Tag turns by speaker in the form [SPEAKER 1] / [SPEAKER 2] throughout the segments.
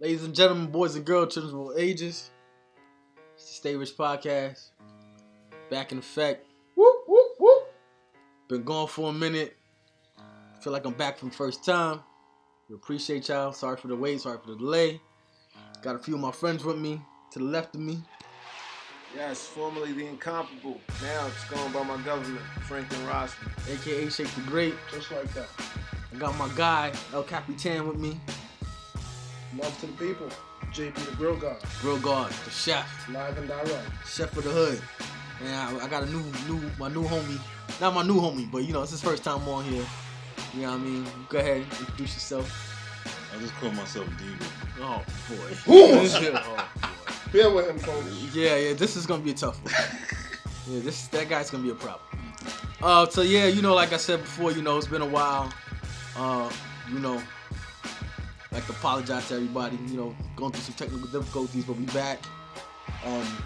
[SPEAKER 1] Ladies and gentlemen, boys and girls, children of all ages, it's the Stay Rich Podcast. Back in effect. Whoop, whoop, whoop. Been gone for a minute. Feel like I'm back from first time. We appreciate y'all. Sorry for the wait, sorry for the delay. Got a few of my friends with me, to the left of me.
[SPEAKER 2] Yes, formerly the incomparable. Now it's going by my government, Franklin Rosman.
[SPEAKER 1] aka Shake the Great.
[SPEAKER 2] Just like that.
[SPEAKER 1] I got my guy, El Capitan, with me.
[SPEAKER 2] Love to the people. JP the Grill Guy,
[SPEAKER 1] Grill Guard, the chef,
[SPEAKER 2] live and direct.
[SPEAKER 1] chef of the hood. And I, I got a new, new, my new homie. Not my new homie, but you know, it's his first time on here. You know what I mean? Go ahead, introduce yourself.
[SPEAKER 3] I just call myself Diva.
[SPEAKER 1] Oh boy. oh.
[SPEAKER 2] Bear with him, folks.
[SPEAKER 1] yeah, yeah, this is gonna be a tough one. Yeah, this that guy's gonna be a problem. Uh, so yeah, you know, like I said before, you know, it's been a while. Uh, you know, like to apologize to everybody. You know, going through some technical difficulties, but we back. Um,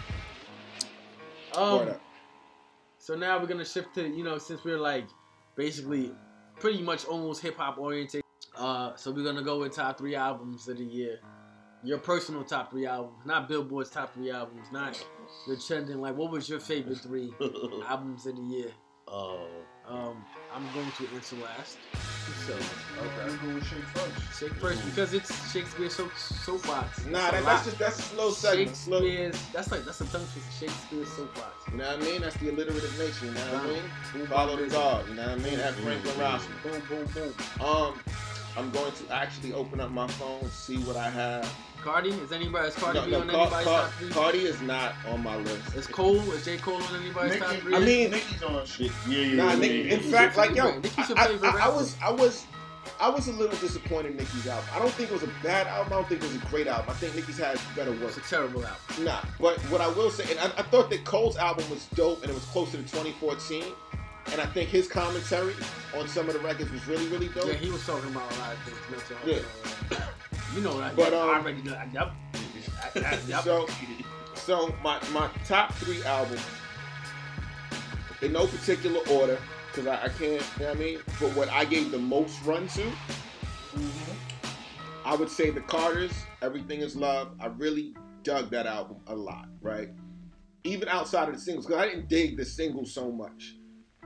[SPEAKER 2] Word
[SPEAKER 1] um
[SPEAKER 2] up.
[SPEAKER 1] so now we're gonna shift to you know since we're like basically pretty much almost hip hop oriented. Uh, so we're gonna go with top three albums of the year. Your personal top three albums, not Billboard's top three albums, not the trending. Like, what was your favorite three albums of the year?
[SPEAKER 3] Oh,
[SPEAKER 1] Um, I'm going to answer last. So
[SPEAKER 2] Okay.
[SPEAKER 1] shake first because it's Shakespeare so soapbox.
[SPEAKER 2] Nah,
[SPEAKER 1] It's a
[SPEAKER 2] that,
[SPEAKER 1] lot.
[SPEAKER 2] that's just that's a slow segment. Slow. You
[SPEAKER 1] Shakespeare's that's like that's a tongue twister. Shakespeare's soapbox.
[SPEAKER 2] know what I mean? That's the alliterative nature. You know what I mean?
[SPEAKER 1] Boom,
[SPEAKER 2] Follow the
[SPEAKER 1] boom,
[SPEAKER 2] dog. You know what I mean? That's Franklin Rosman.
[SPEAKER 1] Boom, boom, boom.
[SPEAKER 2] Um, I'm going to actually open up my phone, see what I have.
[SPEAKER 1] Cardi is anybody? Is Cardi
[SPEAKER 2] No,
[SPEAKER 1] B
[SPEAKER 2] no,
[SPEAKER 1] on
[SPEAKER 2] Car-
[SPEAKER 1] anybody's
[SPEAKER 2] Car-
[SPEAKER 1] top three?
[SPEAKER 2] Cardi is not on my list.
[SPEAKER 1] Is Cole? Is J Cole on anybody's
[SPEAKER 4] Nicki-
[SPEAKER 1] top three?
[SPEAKER 2] I mean-
[SPEAKER 4] Nicki's on shit.
[SPEAKER 3] shit. Yeah, yeah,
[SPEAKER 2] Nah,
[SPEAKER 3] yeah.
[SPEAKER 2] Nicki, in
[SPEAKER 1] Nicki's
[SPEAKER 2] fact,
[SPEAKER 1] your
[SPEAKER 2] like yo,
[SPEAKER 1] favorite- Nicki's your
[SPEAKER 2] I,
[SPEAKER 1] favorite
[SPEAKER 2] I- I
[SPEAKER 1] rapper.
[SPEAKER 2] was, I was, I was a little disappointed in Nicki's album. I don't think it was a bad album. I don't think it was a great album. I think Nicki's had better
[SPEAKER 1] It's a
[SPEAKER 2] work.
[SPEAKER 1] terrible album.
[SPEAKER 2] Nah, but what I will say, and I, I thought that Cole's album was dope, and it was closer to 2014. And I think his commentary on some of the records was really, really dope.
[SPEAKER 1] Yeah, he was talking about a lot of things. mental health,
[SPEAKER 2] Yeah.
[SPEAKER 1] uh, You know what I
[SPEAKER 2] But,
[SPEAKER 1] I
[SPEAKER 2] um,
[SPEAKER 1] already know. Yep. I- I- yep.
[SPEAKER 2] So, so my my top three albums in no particular order, because I, I can't. You know what I mean, but what I gave the most run to, Mm-hmm. I would say the Carters. Everything is love. I really dug that album a lot. Right, even outside of the singles, because I didn't dig the singles so much.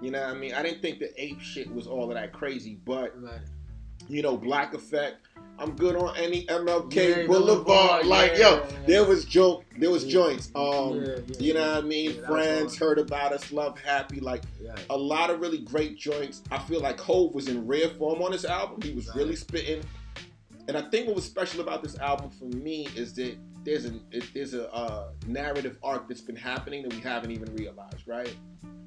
[SPEAKER 2] You know what I mean? I didn't think the ape shit was all of that crazy, but
[SPEAKER 1] Right.
[SPEAKER 2] you know, Black Effect. I'm good on any MLK
[SPEAKER 1] Yeah,
[SPEAKER 2] Boulevard.
[SPEAKER 1] Boulevard,
[SPEAKER 2] Like,
[SPEAKER 1] yeah.
[SPEAKER 2] yo, there was joke, there was
[SPEAKER 1] Yeah.
[SPEAKER 2] joints.
[SPEAKER 1] Yeah,
[SPEAKER 2] Um,
[SPEAKER 1] yeah,
[SPEAKER 2] you know what I
[SPEAKER 1] yeah,
[SPEAKER 2] mean?
[SPEAKER 1] that was
[SPEAKER 2] Friends,
[SPEAKER 1] hard.
[SPEAKER 2] heard about us, love, happy. Like
[SPEAKER 1] Yeah.
[SPEAKER 2] a lot of really great joints. I feel like Hove was in rare form on this album. He was
[SPEAKER 1] Right.
[SPEAKER 2] really spitting. And I think what was special about this album for me is that there's an it, there's a uh, narrative arc that's been happening that we haven't even realized, right?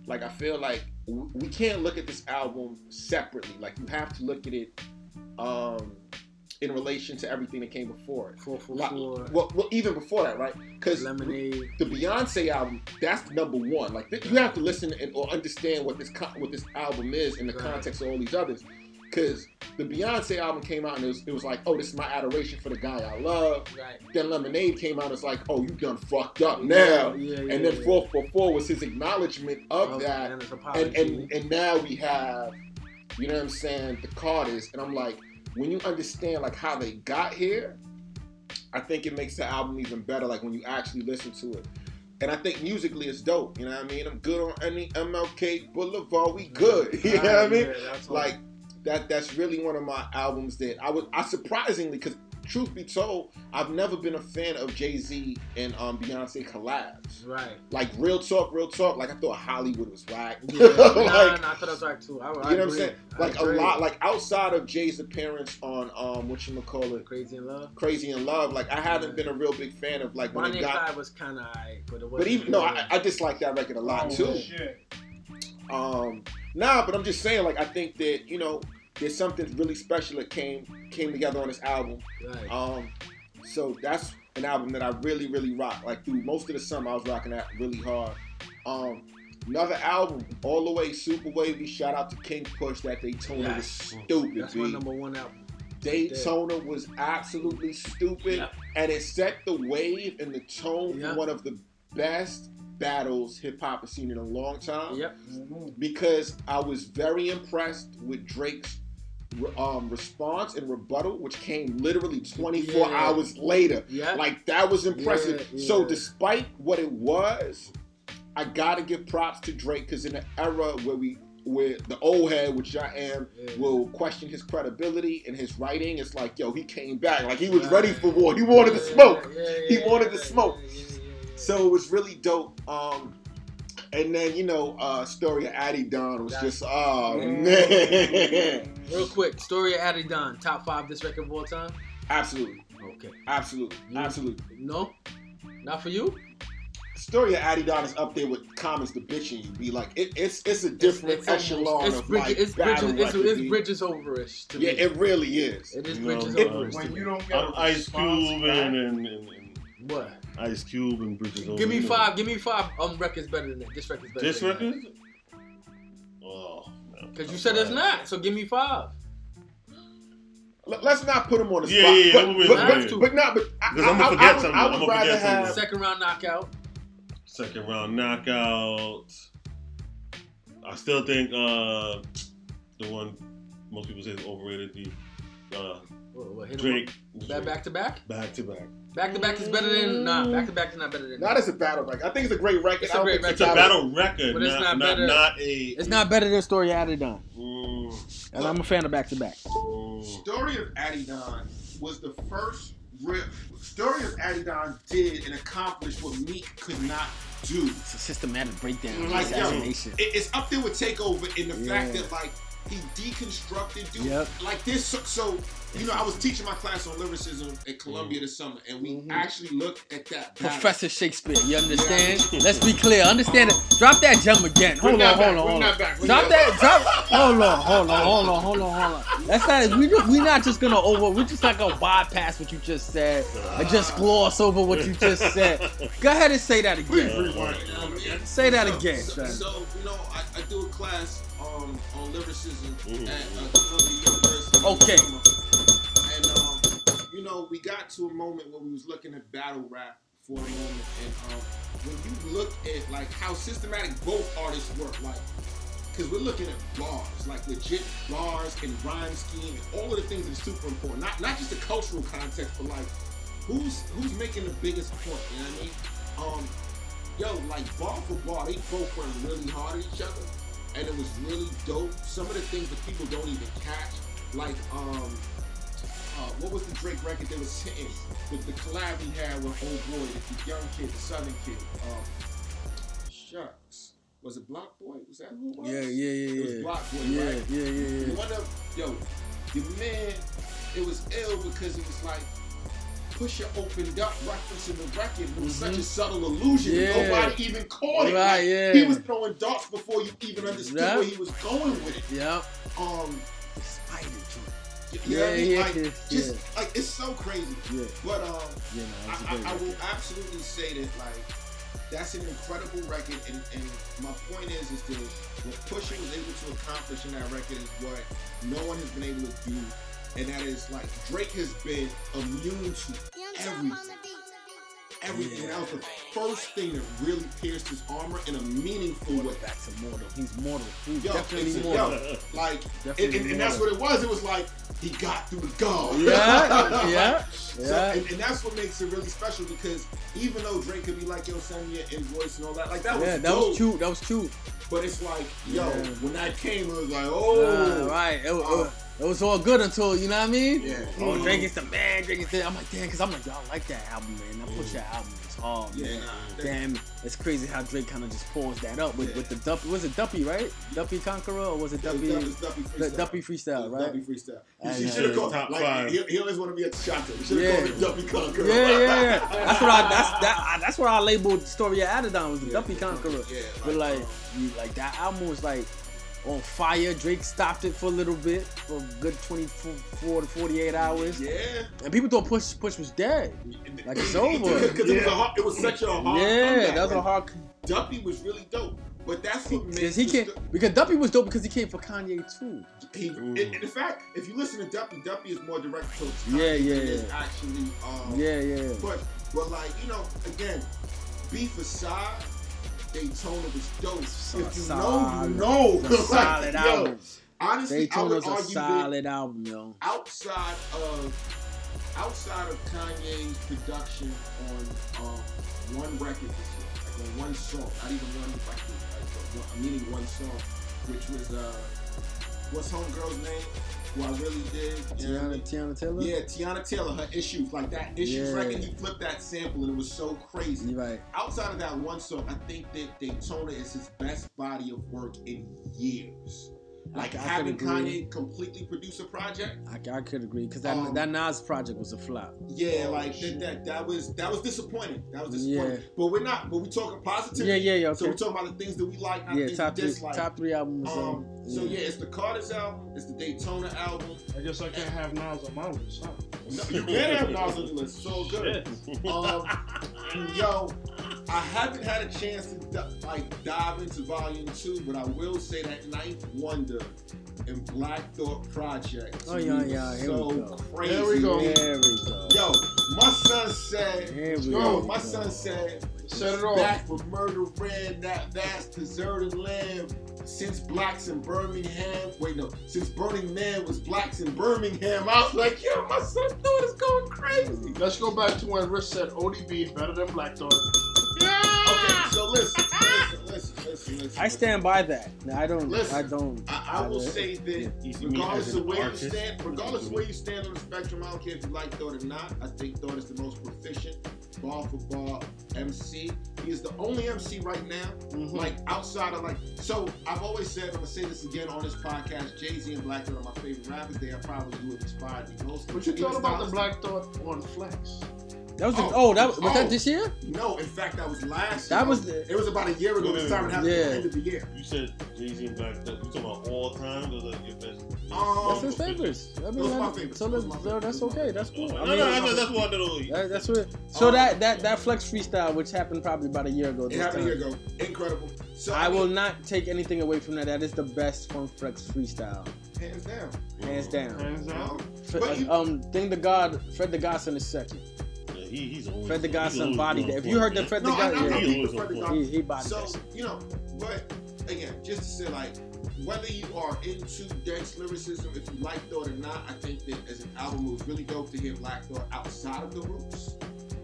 [SPEAKER 2] Like I feel like w- we can't look at this album separately. Like you have to look at it um, in relation to everything that came before it.
[SPEAKER 1] Four four
[SPEAKER 2] Like,
[SPEAKER 1] four.
[SPEAKER 2] Well, well, even before that, right? Because
[SPEAKER 1] Lemonade.
[SPEAKER 2] the Beyonce album, that's number one. Like th- you have to listen and or understand what this co- what this album is in the
[SPEAKER 1] Right.
[SPEAKER 2] context of all these others, because the Beyonce album came out and it was, it was like, oh, this is my adoration for the guy I love.
[SPEAKER 1] Right.
[SPEAKER 2] Then Lemonade came out, it's like, oh, you done fucked up
[SPEAKER 1] Yeah,
[SPEAKER 2] now.
[SPEAKER 1] yeah, yeah,
[SPEAKER 2] And then
[SPEAKER 1] yeah.
[SPEAKER 2] 444 was his acknowledgement of that,
[SPEAKER 1] And, it's
[SPEAKER 2] and
[SPEAKER 1] apology.
[SPEAKER 2] and and now we have, you know what I'm saying, the Carters, and I'm like, when you understand like how they got here, I think it makes the album even better. Like when you actually listen to it, and I think musically it's dope. You know what I mean? I'm good on any MLK Boulevard. We good. You know what I mean?
[SPEAKER 4] Yeah, that's all.
[SPEAKER 2] Like that. That's really one of my albums that I would. I surprisingly, because truth be told, I've never been a fan of Jay Z and um, Beyonce collabs.
[SPEAKER 1] Right.
[SPEAKER 2] Like real talk, real talk. Like I thought Hollywood was whack.
[SPEAKER 1] Yeah. nah,
[SPEAKER 2] like
[SPEAKER 1] nah, I thought I was right too. I, I
[SPEAKER 2] you know what I'm
[SPEAKER 1] agree.
[SPEAKER 2] saying?
[SPEAKER 1] I
[SPEAKER 2] Like a
[SPEAKER 1] agree.
[SPEAKER 2] lot, like outside of Jay's appearance on um what you call it,
[SPEAKER 1] Crazy in Love.
[SPEAKER 2] Crazy in Love. Like I haven't been a real big fan of like when
[SPEAKER 1] Bonnie
[SPEAKER 2] it
[SPEAKER 1] and
[SPEAKER 2] got.
[SPEAKER 1] Clyde was kind of alright, but it wasn't.
[SPEAKER 2] But even no, I, I dislike that record a lot
[SPEAKER 4] Oh,
[SPEAKER 2] too.
[SPEAKER 4] shit.
[SPEAKER 2] Um, nah, but I'm just saying, like I think that you know there's something really special that came came together on this album.
[SPEAKER 1] right.
[SPEAKER 2] Um, so that's an album that I really, really rock. Like through most of the summer, I was rocking that really hard. Um, another album, all the way super wavy. Shout out to King Push. That Daytona was
[SPEAKER 1] Yes.
[SPEAKER 2] stupid.
[SPEAKER 1] That's
[SPEAKER 2] B.
[SPEAKER 1] my number one album.
[SPEAKER 2] Daytona was absolutely stupid,
[SPEAKER 1] Yep.
[SPEAKER 2] and it set the wave and the tone
[SPEAKER 1] Yep.
[SPEAKER 2] for one of the best battles hip hop has seen in a long time.
[SPEAKER 1] Yep.
[SPEAKER 4] Mhm.
[SPEAKER 2] Because I was very impressed with Drake's re- um, response and rebuttal, which came literally 24
[SPEAKER 1] Yeah.
[SPEAKER 2] hours later.
[SPEAKER 1] Yeah.
[SPEAKER 2] Like that was impressive.
[SPEAKER 1] Yeah,
[SPEAKER 2] So
[SPEAKER 1] yeah.
[SPEAKER 2] despite what it was, I gotta give props to Drake because in the era where we where the old head, which I am,
[SPEAKER 1] Yeah.
[SPEAKER 2] will question his credibility and his writing, it's like, yo, he came back. Like he was
[SPEAKER 1] Right.
[SPEAKER 2] ready for war. He wanted to smoke. He wanted to smoke. So it was really dope. Um and then you know, uh story of Addie Don was
[SPEAKER 1] That's-
[SPEAKER 2] just oh
[SPEAKER 4] Mm-hmm.
[SPEAKER 1] Mm.
[SPEAKER 2] man.
[SPEAKER 1] Real quick, story of Adidon, top five this record of all time.
[SPEAKER 2] Absolutely,
[SPEAKER 1] Okay.
[SPEAKER 2] absolutely,
[SPEAKER 1] Yeah.
[SPEAKER 2] absolutely.
[SPEAKER 1] No, not for you.
[SPEAKER 2] Story of Adidon is up there with Common's the bitch and you be like it, it's it's a different
[SPEAKER 1] almost-
[SPEAKER 2] echelon
[SPEAKER 1] it's
[SPEAKER 2] of
[SPEAKER 1] bridges,
[SPEAKER 2] like
[SPEAKER 1] it's
[SPEAKER 2] battle
[SPEAKER 1] bridges, it's,
[SPEAKER 2] records.
[SPEAKER 1] it's bridges overish to
[SPEAKER 2] yeah,
[SPEAKER 1] me.
[SPEAKER 2] it really is.
[SPEAKER 1] it is
[SPEAKER 3] No,
[SPEAKER 1] bridges
[SPEAKER 3] it-
[SPEAKER 1] overish. to
[SPEAKER 4] uh, When
[SPEAKER 1] me.
[SPEAKER 4] you don't get
[SPEAKER 3] I'm
[SPEAKER 4] a
[SPEAKER 3] Uh, Ice
[SPEAKER 4] response
[SPEAKER 3] Cube
[SPEAKER 4] back,
[SPEAKER 3] and, and, and, and
[SPEAKER 1] what?
[SPEAKER 3] Ice Cube and Bridges over
[SPEAKER 1] Give me
[SPEAKER 3] you.
[SPEAKER 1] five. Give me five. Um, records better than that. This record's better.
[SPEAKER 3] This
[SPEAKER 1] than
[SPEAKER 3] record? Oh, man.
[SPEAKER 1] Because you said it's not. So give me five.
[SPEAKER 2] L- Let's not put him on the
[SPEAKER 3] Yeah,
[SPEAKER 2] spot.
[SPEAKER 3] yeah, yeah,
[SPEAKER 2] but,
[SPEAKER 3] that would be
[SPEAKER 2] but, but,
[SPEAKER 1] nice.
[SPEAKER 2] but, not. But I,
[SPEAKER 3] Because I'ma
[SPEAKER 2] I- I-
[SPEAKER 3] forget
[SPEAKER 2] I would-
[SPEAKER 3] something.
[SPEAKER 2] I would
[SPEAKER 3] I'ma
[SPEAKER 2] rather
[SPEAKER 3] forget
[SPEAKER 2] have.
[SPEAKER 3] something.
[SPEAKER 1] Second round knockout.
[SPEAKER 3] Second round knockout. I still think uh, the one most people say is overrated, the uh,
[SPEAKER 1] Whoa, whoa, hit 'em
[SPEAKER 3] Drake.
[SPEAKER 1] up.
[SPEAKER 3] Drake.
[SPEAKER 1] Back, back to back.
[SPEAKER 3] Back to back.
[SPEAKER 1] Back to back is better than nah. Back to back is not better than
[SPEAKER 2] Not
[SPEAKER 1] that.
[SPEAKER 2] as a battle record. I think it's a great record.
[SPEAKER 1] It's
[SPEAKER 2] I
[SPEAKER 1] a
[SPEAKER 2] don't
[SPEAKER 1] great
[SPEAKER 2] think
[SPEAKER 3] It's a battle record,
[SPEAKER 1] But it's
[SPEAKER 3] not,
[SPEAKER 1] not
[SPEAKER 3] not,
[SPEAKER 1] better.
[SPEAKER 3] not a.
[SPEAKER 1] It's not better than Story Adidon,
[SPEAKER 3] Mm,
[SPEAKER 1] and I'm a fan of back to back.
[SPEAKER 3] mm.
[SPEAKER 2] Story of Adidon was the first real Story of Adidon did and accomplished what Meek could not do.
[SPEAKER 1] It's a systematic breakdown,
[SPEAKER 2] Mm, Like, yo,
[SPEAKER 1] assassination.
[SPEAKER 2] It- it's up there with Takeover in the fact
[SPEAKER 1] Yeah.
[SPEAKER 2] that like he deconstructed dude.
[SPEAKER 1] Yep.
[SPEAKER 2] Like this, so, so you know, I was teaching my class on lyricism at Columbia this summer, and we
[SPEAKER 1] Mhm.
[SPEAKER 2] actually looked at that. battle.
[SPEAKER 1] Professor Shakespeare, you understand? Let's be clear. Understand it. Drop that gem again.
[SPEAKER 2] We're
[SPEAKER 1] Hold
[SPEAKER 2] not
[SPEAKER 1] on,
[SPEAKER 2] back,
[SPEAKER 1] hold on,
[SPEAKER 2] we're
[SPEAKER 1] hold
[SPEAKER 2] not
[SPEAKER 1] on.
[SPEAKER 2] back, we're
[SPEAKER 1] Drop
[SPEAKER 2] not
[SPEAKER 1] that.
[SPEAKER 2] back.
[SPEAKER 1] Drop. Hold on, hold on, hold on, hold on, hold on. That's not. We just, we not just gonna over. We're just not gonna bypass what you just said and just gloss over what you just said. Go ahead and say that
[SPEAKER 2] Please
[SPEAKER 1] again.
[SPEAKER 2] rewind. You know what I mean?
[SPEAKER 1] Say that
[SPEAKER 2] So-
[SPEAKER 1] again,
[SPEAKER 2] So,
[SPEAKER 1] son.
[SPEAKER 2] so, you know, I, I do a class um, on lyricism
[SPEAKER 3] Ooh.
[SPEAKER 2] at uh, Columbia University.
[SPEAKER 1] Okay.
[SPEAKER 2] And um, you know, we got to a moment where we was looking at battle rap for a moment, and um, when you look at like how systematic both artists work, like. Because we're looking at bars, like legit bars and rhyme scheme, and all of the things that are super important. Not not just the cultural context, but like who's who's making the biggest point. You know what I mean? Um, yo, like bar for bar, they both went really hard at each other, and it was really dope. Some of the things that people don't even catch, like um, uh, what was the Drake record they was hitting with the collab he had with old boy, the young kid, the southern kid. Um, shucks, was it Block Boy? Was that who it was?
[SPEAKER 1] Yeah, yeah,
[SPEAKER 2] It was
[SPEAKER 1] yeah, yeah.
[SPEAKER 2] Block Boy,
[SPEAKER 1] Yeah,
[SPEAKER 2] right?
[SPEAKER 1] yeah, yeah, yeah.
[SPEAKER 2] One of yo, your man, it was ill because it was like Pusha opened up referencing the record. It was
[SPEAKER 1] Mm-hmm.
[SPEAKER 2] such a subtle illusion.
[SPEAKER 1] Yeah.
[SPEAKER 2] Nobody even caught it.
[SPEAKER 1] Right,
[SPEAKER 2] Like,
[SPEAKER 1] yeah.
[SPEAKER 2] He was throwing darts before you even understood
[SPEAKER 1] Yeah.
[SPEAKER 2] where he was going with it.
[SPEAKER 1] Yep.
[SPEAKER 2] Um,
[SPEAKER 1] The spider joint.
[SPEAKER 2] you know what I mean?
[SPEAKER 1] Yeah, yeah,
[SPEAKER 2] like,
[SPEAKER 1] yeah,
[SPEAKER 2] just like it's so crazy.
[SPEAKER 1] Yeah,
[SPEAKER 2] But um,
[SPEAKER 1] yeah, no, it's a
[SPEAKER 2] I,
[SPEAKER 1] great
[SPEAKER 2] I, I will
[SPEAKER 1] record.
[SPEAKER 2] absolutely say that like that's an incredible record, and, and my point is is that what Pusha was able to accomplish in that record is what no one has been able to do, and that is like Drake has been immune to
[SPEAKER 5] everything.
[SPEAKER 2] everything.
[SPEAKER 1] Yeah.
[SPEAKER 2] That was the first thing that really pierced his armor in a meaningful way.
[SPEAKER 1] Back to mortal. He's mortal. He's
[SPEAKER 2] Yo,
[SPEAKER 1] definitely
[SPEAKER 2] it's a-
[SPEAKER 1] mortal.
[SPEAKER 2] yo, Like, and,
[SPEAKER 1] Definitely
[SPEAKER 2] and, and that's what
[SPEAKER 1] mortal.
[SPEAKER 2] it was. It was like he got through the guard.
[SPEAKER 1] Yeah, yeah,
[SPEAKER 2] So,
[SPEAKER 1] yeah.
[SPEAKER 2] and, and that's what makes it really special because even though Drake could be like, yo, send me an invoice and all that, like that was
[SPEAKER 1] yeah, that
[SPEAKER 2] dope.
[SPEAKER 1] was cute. That was cute.
[SPEAKER 2] But it's like, yo,
[SPEAKER 1] Yeah.
[SPEAKER 2] when that came, it was like,
[SPEAKER 1] Uh,
[SPEAKER 2] oh,
[SPEAKER 1] right. It, wa- it,
[SPEAKER 2] Oh.
[SPEAKER 1] wa- it was all good until you know what I mean.
[SPEAKER 2] yeah,
[SPEAKER 1] Oh,
[SPEAKER 2] Mm.
[SPEAKER 1] Drake is the man. Drake is the. I'm like damn, cause I'm like y'all like that album, man. That
[SPEAKER 3] Mm.
[SPEAKER 1] push that album is hard.
[SPEAKER 2] yeah,
[SPEAKER 1] man.
[SPEAKER 2] nah, that-
[SPEAKER 1] Damn, it's crazy how Drake kind of just pulls that up with,
[SPEAKER 2] Yeah.
[SPEAKER 1] with the Duppy. Was it Duppy, right? Duppy Conqueror, or was it
[SPEAKER 2] that
[SPEAKER 1] Duppy?
[SPEAKER 2] was Duppy, it's Duppy
[SPEAKER 1] the Duppy
[SPEAKER 2] freestyle.
[SPEAKER 1] Freestyle,
[SPEAKER 2] It's
[SPEAKER 1] right?
[SPEAKER 2] Duppy freestyle.
[SPEAKER 1] I
[SPEAKER 2] He
[SPEAKER 1] know.
[SPEAKER 2] should have called
[SPEAKER 3] Top
[SPEAKER 2] like,
[SPEAKER 3] five.
[SPEAKER 2] He, he always want to be at the shotgun. He should have
[SPEAKER 1] Yeah.
[SPEAKER 2] called him Duppy Conqueror.
[SPEAKER 1] Yeah, yeah, yeah. That's what I. That's that. I, that's what I labeled Story of Adidon was the Duppy Conqueror.
[SPEAKER 2] Yeah,
[SPEAKER 1] But like,
[SPEAKER 2] um,
[SPEAKER 1] you, like that album was like on fire. Drake stopped it for a little bit, for a good 24 to 48 hours,
[SPEAKER 2] yeah.
[SPEAKER 1] and people thought Push Push was dead. Like, it's over.
[SPEAKER 2] Because it was a hard, it was such a hard.
[SPEAKER 1] yeah,
[SPEAKER 2] comeback.
[SPEAKER 1] that was a
[SPEAKER 2] Like,
[SPEAKER 1] hard.
[SPEAKER 2] Duppy was really dope, but that's what
[SPEAKER 1] Because
[SPEAKER 2] makes
[SPEAKER 1] he
[SPEAKER 2] the
[SPEAKER 1] came
[SPEAKER 2] sto-
[SPEAKER 1] because Duppy was dope because he came for Kanye too.
[SPEAKER 2] He,
[SPEAKER 3] Ooh.
[SPEAKER 2] in, in fact, if you listen to Duppy, Duppy is more direct to his
[SPEAKER 1] Yeah,
[SPEAKER 2] content
[SPEAKER 1] yeah,
[SPEAKER 2] than
[SPEAKER 1] yeah.
[SPEAKER 2] is actually. Um,
[SPEAKER 1] Yeah, yeah.
[SPEAKER 2] But but like you know, again, beef aside, Daytona was dope.
[SPEAKER 1] So
[SPEAKER 2] if you
[SPEAKER 1] solid.
[SPEAKER 2] know, you know.
[SPEAKER 1] It's a solid
[SPEAKER 2] yo,
[SPEAKER 1] album.
[SPEAKER 2] Honestly, I would
[SPEAKER 1] Daytona's a
[SPEAKER 2] argue that
[SPEAKER 1] solid album, yo.
[SPEAKER 2] outside of outside of Kanye's production on um, one record this year, like on one song, not even one record, like the one, meaning one song, which was uh, what's Homegirl's name? Who I really did. you know what I
[SPEAKER 1] Tiana,
[SPEAKER 2] mean?
[SPEAKER 1] Tiana Taylor.
[SPEAKER 2] Yeah, Tiana Taylor, her issues, like that issues
[SPEAKER 1] Yeah.
[SPEAKER 2] record, he flipped that sample and it was so crazy
[SPEAKER 1] you right.
[SPEAKER 2] outside of that one song, I think that Daytona is his best body of work in years. Like
[SPEAKER 1] I- I
[SPEAKER 2] having
[SPEAKER 1] could agree.
[SPEAKER 2] Kanye completely produce a project,
[SPEAKER 1] I, I could agree because that
[SPEAKER 2] Um,
[SPEAKER 1] that Nas project was a flop.
[SPEAKER 2] yeah,
[SPEAKER 3] Oh,
[SPEAKER 2] like
[SPEAKER 3] shit.
[SPEAKER 2] that, that that was that was disappointing. That was disappointing. But we're not. But we're talking positive.
[SPEAKER 1] Yeah, yeah, yeah.
[SPEAKER 2] So we're
[SPEAKER 1] Okay.
[SPEAKER 2] talking about the things that we like, not
[SPEAKER 1] yeah,
[SPEAKER 2] things
[SPEAKER 1] top
[SPEAKER 2] we
[SPEAKER 1] three,
[SPEAKER 2] dislike.
[SPEAKER 1] top three albums.
[SPEAKER 2] um,
[SPEAKER 1] um,
[SPEAKER 2] so yeah, it's the Carter's album, it's the Daytona album.
[SPEAKER 4] I guess I can't have Nas on my list. Huh?
[SPEAKER 2] No, you can have Nas on the list. It's all good.
[SPEAKER 4] Shit.
[SPEAKER 2] Um, yo, I haven't had a chance to di- like dive into volume two, but I will say that Ninth Wonder and Black Thought Project. to
[SPEAKER 1] Oh,
[SPEAKER 2] me
[SPEAKER 1] yeah,
[SPEAKER 2] was
[SPEAKER 1] yeah, here
[SPEAKER 2] so
[SPEAKER 1] we go.
[SPEAKER 2] crazy.
[SPEAKER 4] There we go.
[SPEAKER 2] man.
[SPEAKER 1] There we go.
[SPEAKER 2] Yo, my son said,
[SPEAKER 1] Here we
[SPEAKER 2] yo,
[SPEAKER 1] go.
[SPEAKER 2] my son said,
[SPEAKER 4] Set it off.
[SPEAKER 2] back with murder ran that vast deserted land. Since blacks in Birmingham, wait no, since Burning Man was blacks in Birmingham, I was like, yo, my son thought it's going crazy.
[SPEAKER 4] Let's go back to when Rich said ODB better than Black Dog.
[SPEAKER 2] Okay, so listen, listen, listen, listen, listen.
[SPEAKER 1] I stand by that. No, I don't.
[SPEAKER 2] Listen.
[SPEAKER 1] I don't.
[SPEAKER 2] I, I will say that
[SPEAKER 3] You see me
[SPEAKER 2] regardless
[SPEAKER 3] as an
[SPEAKER 2] of where you
[SPEAKER 3] artist? Mm-hmm.
[SPEAKER 2] stand, regardless of where you stand on the spectrum, I don't care if you like Thought or not. I think Thought is the most proficient ball for ball MC. He is the only MC right now,
[SPEAKER 1] Mhm.
[SPEAKER 2] like outside of like. So I've always said, I'm gonna say this again on this podcast. Jay Z and Black Thought are my favorite rappers. They are probably who have inspired me most.
[SPEAKER 4] What you
[SPEAKER 2] Even
[SPEAKER 4] thought about the
[SPEAKER 2] stylistic-
[SPEAKER 4] Black Thought on Flex?
[SPEAKER 1] that was. the-
[SPEAKER 2] oh,
[SPEAKER 1] oh, that was was
[SPEAKER 2] oh.
[SPEAKER 1] that this year?
[SPEAKER 2] No, in fact, that was last.
[SPEAKER 1] That
[SPEAKER 2] year.
[SPEAKER 1] was the-
[SPEAKER 2] It was about a year ago. This time it happened at
[SPEAKER 1] Yeah.
[SPEAKER 2] the end of the year.
[SPEAKER 3] You said Jay Z and Black Thought. You talking about all time? Or like your best?
[SPEAKER 2] Um,
[SPEAKER 1] That's his favorites. I mean,
[SPEAKER 2] Those my
[SPEAKER 1] that-
[SPEAKER 2] favorites.
[SPEAKER 1] so
[SPEAKER 2] Those
[SPEAKER 1] let's-
[SPEAKER 2] my
[SPEAKER 1] so that's
[SPEAKER 2] favorites.
[SPEAKER 1] okay. That's
[SPEAKER 3] No,
[SPEAKER 1] cool.
[SPEAKER 3] no,
[SPEAKER 1] I
[SPEAKER 3] no,
[SPEAKER 1] mean,
[SPEAKER 3] that's what- that's what I did.
[SPEAKER 1] that,
[SPEAKER 3] all-
[SPEAKER 1] that's what. So
[SPEAKER 2] Um,
[SPEAKER 1] that that that flex freestyle, which happened probably about a year ago.
[SPEAKER 2] It
[SPEAKER 1] This
[SPEAKER 2] happened a year
[SPEAKER 1] time,
[SPEAKER 2] ago. Incredible. So
[SPEAKER 1] I
[SPEAKER 2] mean,
[SPEAKER 1] will not take anything away from that. That is the best Funk Flex freestyle,
[SPEAKER 2] hands down.
[SPEAKER 1] hands down.
[SPEAKER 4] Hands
[SPEAKER 2] Um,
[SPEAKER 4] down.
[SPEAKER 1] F-
[SPEAKER 2] But you-
[SPEAKER 1] um, thing the God, Fred the Godson is second.
[SPEAKER 3] Yeah, he, he's always,
[SPEAKER 1] Fred the
[SPEAKER 3] he's
[SPEAKER 1] Godson
[SPEAKER 3] always
[SPEAKER 1] bodied
[SPEAKER 3] on
[SPEAKER 1] that. If
[SPEAKER 3] point,
[SPEAKER 1] you heard
[SPEAKER 3] man.
[SPEAKER 1] that Fred the
[SPEAKER 2] No, I, I,
[SPEAKER 1] Godson,
[SPEAKER 2] I
[SPEAKER 3] He
[SPEAKER 2] think
[SPEAKER 3] always
[SPEAKER 2] the Fred
[SPEAKER 3] on
[SPEAKER 2] the
[SPEAKER 1] yeah,
[SPEAKER 2] God.
[SPEAKER 1] he, he bodied
[SPEAKER 2] So
[SPEAKER 1] that. shit.
[SPEAKER 2] you know, but again, just to say like, whether you are into Dex lyricism, if you like Thought or not, I think that as an album, it was really dope to hear Black Thought outside of the roots.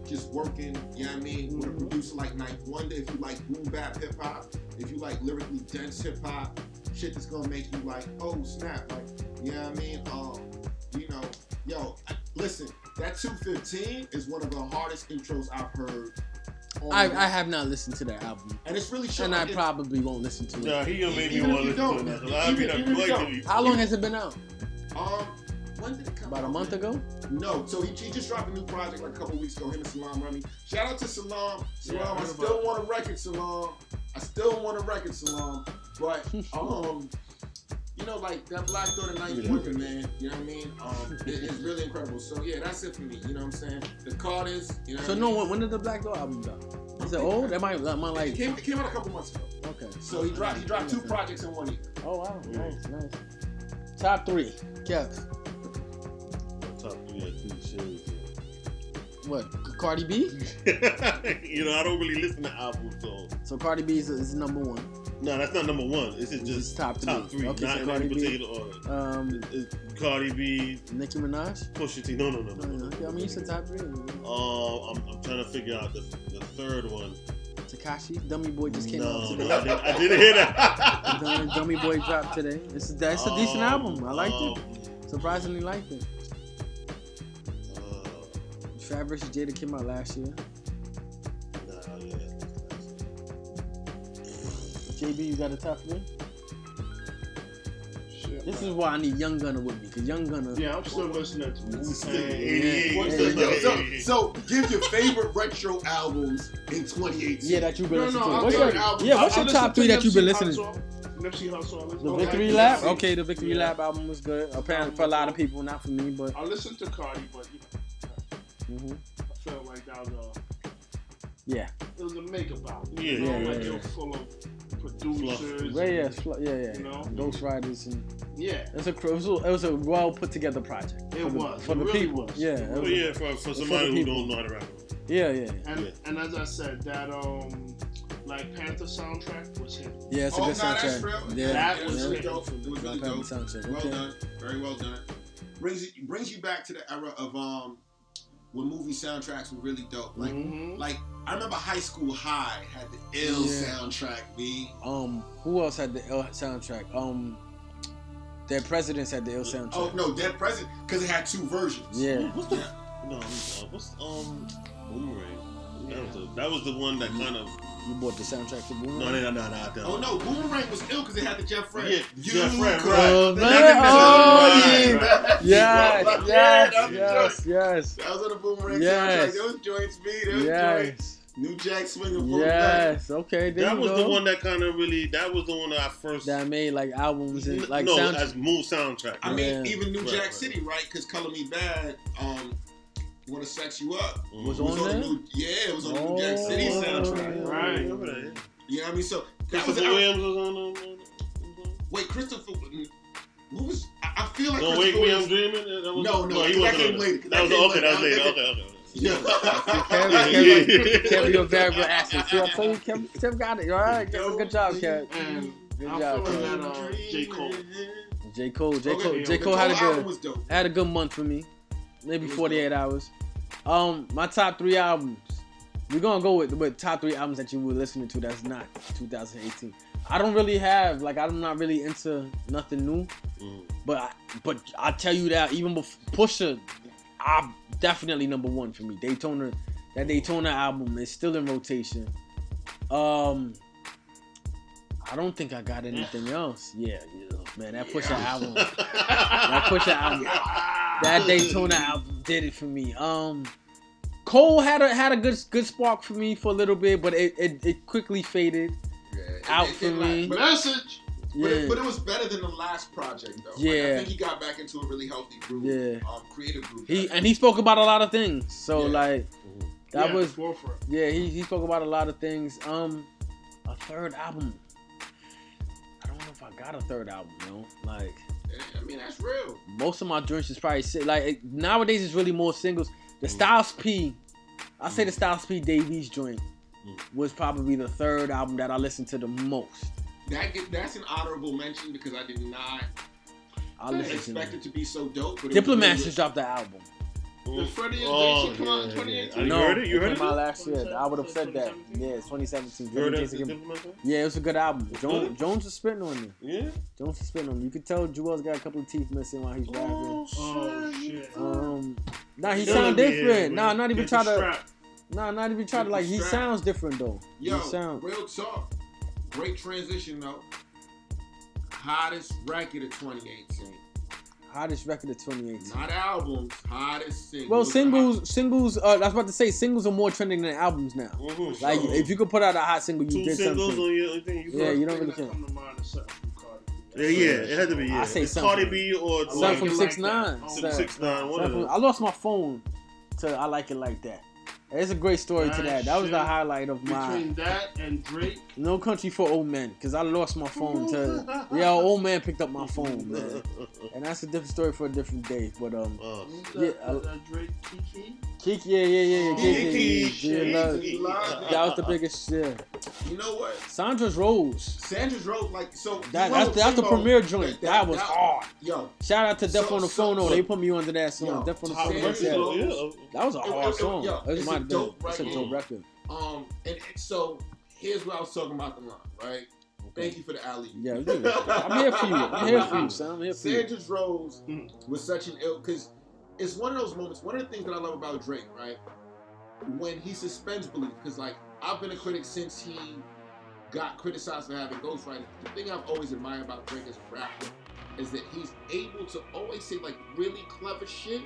[SPEAKER 2] Just working, you know what I mean, with a
[SPEAKER 1] Mhm.
[SPEAKER 2] producer like Ninth Wonder, if you like boom bap hip hop, if you like lyrically dense hip hop, shit that's gonna make you like, oh snap, like, you know what I mean? Um, you know, yo, I- listen, that 215 is one of the hardest intros I've heard. on-
[SPEAKER 1] I, I have not listened to that album,
[SPEAKER 2] and it's really short.
[SPEAKER 1] and I
[SPEAKER 2] It's-
[SPEAKER 1] probably won't listen to it.
[SPEAKER 3] Nah, he gonna make me
[SPEAKER 2] Even if
[SPEAKER 3] want to
[SPEAKER 2] you
[SPEAKER 3] listen to
[SPEAKER 2] don't,
[SPEAKER 3] that. I
[SPEAKER 2] even-
[SPEAKER 3] mean, I'm
[SPEAKER 2] even if you
[SPEAKER 3] going
[SPEAKER 2] don't.
[SPEAKER 3] to.
[SPEAKER 1] How long has it been out?
[SPEAKER 2] Um, when did it come
[SPEAKER 1] About a
[SPEAKER 2] out,
[SPEAKER 1] month
[SPEAKER 2] man?
[SPEAKER 1] ago.
[SPEAKER 2] No, so he, he just dropped a new project like a couple weeks ago. Him and Salam Remy. Shout out to Salam. Salam,
[SPEAKER 4] Yeah, I
[SPEAKER 2] I
[SPEAKER 4] heard
[SPEAKER 2] still
[SPEAKER 4] about
[SPEAKER 2] want a record, Salam. I still want a record, Salam. But um, you know, like that Black Thought and Ninth
[SPEAKER 3] Yeah.
[SPEAKER 2] Wonder, man. You know what I mean? Um, it- it's really incredible. So yeah, that's it for me. You know what I'm saying? The Carters. You know.
[SPEAKER 1] So
[SPEAKER 2] what I
[SPEAKER 1] no,
[SPEAKER 2] mean?
[SPEAKER 1] when, when did the Black Door album drop? Is it old? That might, that might
[SPEAKER 2] It
[SPEAKER 1] like.
[SPEAKER 2] came, it came out a couple months ago.
[SPEAKER 1] Okay.
[SPEAKER 2] So he dropped he dropped two projects in one year.
[SPEAKER 1] Oh wow,
[SPEAKER 3] Yeah.
[SPEAKER 1] nice, nice. Top three, Kev.
[SPEAKER 3] Top three or two shows.
[SPEAKER 1] What? Cardi B.
[SPEAKER 3] yeah. you know, I don't really listen to albums, so
[SPEAKER 1] So Cardi B is, is number one.
[SPEAKER 3] no, that's not number one. This is
[SPEAKER 1] It's
[SPEAKER 3] just
[SPEAKER 1] top three.
[SPEAKER 3] top three,
[SPEAKER 1] Okay,
[SPEAKER 3] not
[SPEAKER 1] so
[SPEAKER 3] in any
[SPEAKER 1] Cardi B.
[SPEAKER 3] particular order.
[SPEAKER 1] Um,
[SPEAKER 3] It's Cardi B,
[SPEAKER 1] Nicki Minaj.
[SPEAKER 3] Pusha T. No, no, no, no. no,
[SPEAKER 1] Okay, I mean, you said top three.
[SPEAKER 3] Uh, I'm, I'm trying to figure out the, the third one.
[SPEAKER 1] Takashi, Dummy Boy just came out
[SPEAKER 3] no,
[SPEAKER 1] today.
[SPEAKER 3] no, I, didn't, I didn't hear that.
[SPEAKER 1] Dummy, Dummy Boy dropped today. It's that's a decent
[SPEAKER 4] Oh,
[SPEAKER 3] Um,
[SPEAKER 1] album. I liked it.
[SPEAKER 3] um,
[SPEAKER 1] Surprisingly liked it.
[SPEAKER 3] uh,
[SPEAKER 1] Fab vs. Jada came out last year.
[SPEAKER 3] Nah, yeah.
[SPEAKER 1] JB, you got a top three?
[SPEAKER 4] Oh, Shit.
[SPEAKER 1] This is why I need Young Gunner with me, cause Young Gunner.
[SPEAKER 4] Yeah, I'm still listening to Wu
[SPEAKER 3] It's
[SPEAKER 4] Tang.
[SPEAKER 3] 88.
[SPEAKER 1] Yeah.
[SPEAKER 3] It's
[SPEAKER 1] Yeah.
[SPEAKER 3] just
[SPEAKER 2] Yo,
[SPEAKER 3] like
[SPEAKER 2] so,
[SPEAKER 3] 88.
[SPEAKER 2] so give your favorite retro albums in 2018.
[SPEAKER 1] Yeah, that you've been
[SPEAKER 4] No,
[SPEAKER 1] listening
[SPEAKER 4] no,
[SPEAKER 1] to.
[SPEAKER 4] I'm
[SPEAKER 1] What's
[SPEAKER 4] doing
[SPEAKER 1] your,
[SPEAKER 4] albums.
[SPEAKER 1] yeah, what's
[SPEAKER 4] I- I
[SPEAKER 1] your
[SPEAKER 4] listen
[SPEAKER 1] top
[SPEAKER 4] to
[SPEAKER 1] three that you've been
[SPEAKER 4] Nipsey
[SPEAKER 1] listening to?
[SPEAKER 4] Hussle. Nipsey Hussle. I listen
[SPEAKER 1] The
[SPEAKER 4] to-
[SPEAKER 1] Victory
[SPEAKER 2] yeah.
[SPEAKER 1] Lap?
[SPEAKER 2] Yeah.
[SPEAKER 1] Okay, the Victory Lap album was good. Apparently for a lot of people, not for me, but
[SPEAKER 4] I listen to Cardi, but you know,
[SPEAKER 1] mhm.
[SPEAKER 4] I felt like that was a
[SPEAKER 1] yeah.
[SPEAKER 4] it was a make about.
[SPEAKER 3] Yeah,
[SPEAKER 4] you know,
[SPEAKER 1] yeah,
[SPEAKER 4] like
[SPEAKER 1] yeah.
[SPEAKER 4] it was full of producers.
[SPEAKER 1] Yeah, yeah,
[SPEAKER 4] and-
[SPEAKER 1] fl- yeah, yeah.
[SPEAKER 4] You know?
[SPEAKER 1] Ghost Riders and
[SPEAKER 4] yeah.
[SPEAKER 1] it's a cr- it was a, it was a well put together project.
[SPEAKER 4] It
[SPEAKER 1] for the,
[SPEAKER 4] was.
[SPEAKER 1] for
[SPEAKER 4] It
[SPEAKER 1] the
[SPEAKER 4] really
[SPEAKER 1] people.
[SPEAKER 4] was.
[SPEAKER 1] Yeah,
[SPEAKER 4] It
[SPEAKER 1] it
[SPEAKER 3] But
[SPEAKER 1] was-
[SPEAKER 3] yeah, for, for somebody who
[SPEAKER 1] people.
[SPEAKER 3] don't know how to rap.
[SPEAKER 1] yeah, yeah.
[SPEAKER 4] And
[SPEAKER 3] Yeah.
[SPEAKER 4] and as I said, that um Black Panther soundtrack was him.
[SPEAKER 1] Yeah, it's a
[SPEAKER 2] oh,
[SPEAKER 1] good
[SPEAKER 2] nah, that's
[SPEAKER 1] soundtrack.
[SPEAKER 2] real.
[SPEAKER 1] Yeah,
[SPEAKER 4] That
[SPEAKER 2] it
[SPEAKER 1] yeah.
[SPEAKER 2] was really
[SPEAKER 4] it.
[SPEAKER 2] dope. It was really
[SPEAKER 1] Black Panther
[SPEAKER 2] dope.
[SPEAKER 1] soundtrack.
[SPEAKER 2] Well
[SPEAKER 1] Okay.
[SPEAKER 2] done. Very well done. Brings you, brings you back to the era of um when movie soundtracks were really dope. Like
[SPEAKER 1] Mm-hmm.
[SPEAKER 4] Mhm.
[SPEAKER 2] like I remember High School High had the ill
[SPEAKER 1] Yeah.
[SPEAKER 2] soundtrack. B.
[SPEAKER 1] Um, who else had the ill soundtrack? Um, their presidents had the ill soundtrack.
[SPEAKER 2] Oh no, Dead President because it had two versions.
[SPEAKER 1] Yeah,
[SPEAKER 3] What's the no? uh, What's um boomerang? That was the, that was the one that kind of
[SPEAKER 1] you bought the soundtrack to Boomerang.
[SPEAKER 3] no, no, no, no, no.
[SPEAKER 2] Oh no, Boomerang was ill because it had the Jeff Frank.
[SPEAKER 3] Yeah,
[SPEAKER 2] you
[SPEAKER 3] Jeff Frank,
[SPEAKER 2] could-
[SPEAKER 1] Oh,
[SPEAKER 2] the
[SPEAKER 1] man.
[SPEAKER 2] nigga
[SPEAKER 1] Oh,
[SPEAKER 2] missed
[SPEAKER 1] yeah.
[SPEAKER 2] the line.
[SPEAKER 1] Yes,
[SPEAKER 2] Yeah,
[SPEAKER 1] yes,
[SPEAKER 2] that was
[SPEAKER 1] yes, yes,
[SPEAKER 2] That was on the Boomerang
[SPEAKER 1] Yes.
[SPEAKER 2] soundtrack. Those joints, B. Those joints.
[SPEAKER 1] yes,
[SPEAKER 2] New Jack Swinging. full effect.
[SPEAKER 1] yes. Okay, there
[SPEAKER 3] that
[SPEAKER 1] you
[SPEAKER 3] was
[SPEAKER 1] go.
[SPEAKER 3] the one that kind of really. That was the one that I first.
[SPEAKER 1] that made like albums and like
[SPEAKER 3] no,
[SPEAKER 1] soundtracks.
[SPEAKER 3] as move soundtrack.
[SPEAKER 2] I mean,
[SPEAKER 1] Yeah.
[SPEAKER 2] even New
[SPEAKER 3] Right,
[SPEAKER 2] Jack
[SPEAKER 3] right.
[SPEAKER 2] City, right? Because Color Me Bad, um, Wanna Sex You Up.
[SPEAKER 3] Mm-hmm.
[SPEAKER 1] Was
[SPEAKER 2] It was
[SPEAKER 1] on
[SPEAKER 2] on the
[SPEAKER 1] there?
[SPEAKER 2] new, yeah, it was on the New Jack City
[SPEAKER 1] Oh.
[SPEAKER 2] soundtrack.
[SPEAKER 4] Right.
[SPEAKER 3] Remember that? yeah.
[SPEAKER 2] You know what I mean? So that was
[SPEAKER 3] Christopher Williams was on. on, on, on.
[SPEAKER 2] wait, Christopher. What was? I, I feel like
[SPEAKER 3] Don't
[SPEAKER 2] Christopher
[SPEAKER 3] wake me,
[SPEAKER 2] Williams.
[SPEAKER 3] I'm dreaming. That was,
[SPEAKER 2] No, no,
[SPEAKER 3] he
[SPEAKER 2] that
[SPEAKER 3] wasn't
[SPEAKER 2] came
[SPEAKER 3] on
[SPEAKER 2] later.
[SPEAKER 3] That, that was
[SPEAKER 2] That came
[SPEAKER 3] okay. That was
[SPEAKER 2] later.
[SPEAKER 3] later. Okay, okay.
[SPEAKER 2] Yeah.
[SPEAKER 1] Kevin, Kev,
[SPEAKER 3] Yeah.
[SPEAKER 1] you're a very good actor. See, I told you, Kev, Kev got it. All right, Kev, good job, Kev.
[SPEAKER 4] And
[SPEAKER 1] Good
[SPEAKER 4] I'm
[SPEAKER 1] job,
[SPEAKER 4] feeling
[SPEAKER 1] Kev.
[SPEAKER 4] that, uh, J. Cole.
[SPEAKER 1] J Cole, J
[SPEAKER 2] Okay,
[SPEAKER 1] Cole,
[SPEAKER 4] yeah,
[SPEAKER 1] J
[SPEAKER 2] the
[SPEAKER 1] Cole had a
[SPEAKER 2] Cole
[SPEAKER 1] good.
[SPEAKER 2] album was dope.
[SPEAKER 1] I had a good month for me. Maybe
[SPEAKER 2] It was
[SPEAKER 1] 48 hours. Um, my top three albums. We're gonna go with with top three albums that you were listening to that's not 2018. I don't really have like I'm not really into nothing new,
[SPEAKER 3] Mm.
[SPEAKER 1] but I, but I tell you that even before Pusha, I definitely number one for me. Daytona, that Daytona album is still in rotation. Um, I don't think I got anything else. Yeah, yeah man, that Pusha
[SPEAKER 2] Yeah.
[SPEAKER 1] album, that Pusha album that Daytona album did it for me. Um, Cole had a had a good good spark for me for a little bit, but it it, it quickly faded.
[SPEAKER 2] Yeah, it-
[SPEAKER 1] Out
[SPEAKER 2] it
[SPEAKER 1] for
[SPEAKER 2] did like-
[SPEAKER 1] me.
[SPEAKER 2] But,
[SPEAKER 4] Message.
[SPEAKER 2] but, it,
[SPEAKER 1] Yeah,
[SPEAKER 2] but it was better than the last project though. Like, I
[SPEAKER 1] Yeah.
[SPEAKER 2] think he got back into a really healthy group.
[SPEAKER 1] yeah.
[SPEAKER 2] Um, creative group.
[SPEAKER 1] He and he spoke about a lot of things. So
[SPEAKER 2] Yeah. Mm-hmm.
[SPEAKER 1] like that
[SPEAKER 4] Yeah,
[SPEAKER 1] was
[SPEAKER 4] forefront.
[SPEAKER 1] yeah. He he spoke about a lot of things. Um, a third album. I don't know if I got a third album, yo. Like
[SPEAKER 2] I mean, that's real.
[SPEAKER 1] most of my drinks is probably si- like it- nowadays it's really more singles.
[SPEAKER 3] Mm.
[SPEAKER 1] The Styles P, I say the Styles P Davies joint
[SPEAKER 3] Mm.
[SPEAKER 1] was probably the third album that I listened to the most.
[SPEAKER 2] That get, that's an honorable mention because I did not
[SPEAKER 1] I
[SPEAKER 4] Hey,
[SPEAKER 1] listened to
[SPEAKER 2] expect
[SPEAKER 1] them.
[SPEAKER 2] it to be so dope. But it
[SPEAKER 1] Diplomats
[SPEAKER 2] was
[SPEAKER 1] just dropped the album.
[SPEAKER 4] The Freddie and
[SPEAKER 3] Oh,
[SPEAKER 4] Daisy come out in
[SPEAKER 3] yeah,
[SPEAKER 4] 2018.
[SPEAKER 3] yeah. You
[SPEAKER 1] no,
[SPEAKER 3] heard it? You heard
[SPEAKER 1] came
[SPEAKER 3] it?
[SPEAKER 1] out last year. I would have said that.
[SPEAKER 4] 2017?
[SPEAKER 1] Yeah, it's 2017.
[SPEAKER 3] You heard that?
[SPEAKER 1] Jason
[SPEAKER 3] the
[SPEAKER 1] Kim-
[SPEAKER 3] Diplomat song?
[SPEAKER 1] Yeah, it was a good album.
[SPEAKER 3] Really?
[SPEAKER 1] Jones, Jones was spitting on me.
[SPEAKER 3] Yeah.
[SPEAKER 1] Jones was spitting on me. You could tell Jewel's got a couple of teeth missing while he's rapping.
[SPEAKER 4] Oh, shit.
[SPEAKER 1] Um, nah, he
[SPEAKER 3] Yeah,
[SPEAKER 1] sound
[SPEAKER 3] yeah,
[SPEAKER 1] different.
[SPEAKER 3] man.
[SPEAKER 1] Nah, not even
[SPEAKER 4] Get
[SPEAKER 1] try
[SPEAKER 4] the
[SPEAKER 1] to.
[SPEAKER 4] strap.
[SPEAKER 1] Nah, not even try to.
[SPEAKER 2] Get
[SPEAKER 1] Like he
[SPEAKER 2] distracted.
[SPEAKER 1] sounds different though.
[SPEAKER 2] Yo,
[SPEAKER 1] He sound.
[SPEAKER 2] real talk. Great transition though. Hottest record of 2018.
[SPEAKER 1] Hottest record of 2018.
[SPEAKER 2] Not albums. Hottest single.
[SPEAKER 1] Well, singles, singles. Uh, I was about to say singles are more trending than albums now.
[SPEAKER 3] Mhm.
[SPEAKER 1] Like
[SPEAKER 2] Sure.
[SPEAKER 1] if you could put out a hot single, you
[SPEAKER 3] uh, two
[SPEAKER 1] did
[SPEAKER 3] singles
[SPEAKER 1] something.
[SPEAKER 3] on your thing. You
[SPEAKER 1] Yeah,
[SPEAKER 3] fuck-
[SPEAKER 1] you don't really
[SPEAKER 4] Thing that
[SPEAKER 1] care.
[SPEAKER 4] come to mind is something from Cardi B. That's
[SPEAKER 3] yeah,
[SPEAKER 4] it.
[SPEAKER 3] yeah. It had to be. Yeah.
[SPEAKER 1] I say
[SPEAKER 3] It's
[SPEAKER 1] something.
[SPEAKER 3] Cardi B or
[SPEAKER 4] I
[SPEAKER 1] Something
[SPEAKER 3] like,
[SPEAKER 4] like
[SPEAKER 1] from
[SPEAKER 4] it
[SPEAKER 1] 6ix9ine.
[SPEAKER 4] that.
[SPEAKER 3] some six nine. One of
[SPEAKER 1] Definitely.
[SPEAKER 3] them.
[SPEAKER 1] I lost my phone to I Like It Like That. It's a great story to
[SPEAKER 4] Nice
[SPEAKER 1] that. That was the
[SPEAKER 4] shit.
[SPEAKER 1] highlight of my
[SPEAKER 4] Between that and Drake,
[SPEAKER 1] No Country for Old Men because I lost my phone to. Yeah, old man picked up my phone, man. And that's a different story for a different day. But, um,
[SPEAKER 3] Oh,
[SPEAKER 4] that,
[SPEAKER 1] Yeah, I-
[SPEAKER 4] that Drake Kiki.
[SPEAKER 1] Kiki, yeah, yeah, yeah, yeah. Kiki,
[SPEAKER 3] Kiki,
[SPEAKER 1] yeah, yeah, yeah,
[SPEAKER 2] Kiki.
[SPEAKER 1] yeah, yeah. That was the biggest, yeah.
[SPEAKER 2] You know what?
[SPEAKER 1] Sandra's Rose.
[SPEAKER 2] Sandra's Road, like so.
[SPEAKER 1] That,
[SPEAKER 2] you
[SPEAKER 1] that's,
[SPEAKER 2] know,
[SPEAKER 1] that's the
[SPEAKER 2] Timo-
[SPEAKER 1] premiere joint. That was hard.
[SPEAKER 2] Yo,
[SPEAKER 1] Shout out to Death
[SPEAKER 2] So-
[SPEAKER 1] on the
[SPEAKER 2] so-
[SPEAKER 1] Phone, though.
[SPEAKER 2] so-
[SPEAKER 1] They put me onto that song.
[SPEAKER 2] Yo,
[SPEAKER 1] Death on the
[SPEAKER 2] top
[SPEAKER 1] Phone.
[SPEAKER 2] record,
[SPEAKER 1] that's it.
[SPEAKER 2] yo.
[SPEAKER 1] That was a
[SPEAKER 2] It- it-
[SPEAKER 1] hard
[SPEAKER 2] it-
[SPEAKER 1] song.
[SPEAKER 2] yo,
[SPEAKER 1] That's
[SPEAKER 2] it's
[SPEAKER 1] my
[SPEAKER 2] a dope
[SPEAKER 1] It's a
[SPEAKER 2] record.
[SPEAKER 1] dope record.
[SPEAKER 2] um, and and so here's what I was talking about the line, right? Thank you for the alley.
[SPEAKER 1] Yeah, we do. I'm here for you. I'm here for you, son. I'm here for you.
[SPEAKER 2] Sandra's Rose was such an ill because it's one of those moments. One of the things that I love about Drake, right, when he suspends belief, because like I've been a critic since he got criticized for having ghostwriting. The thing I've always admired about Drake as a rapper is that he's able to always say like really clever shit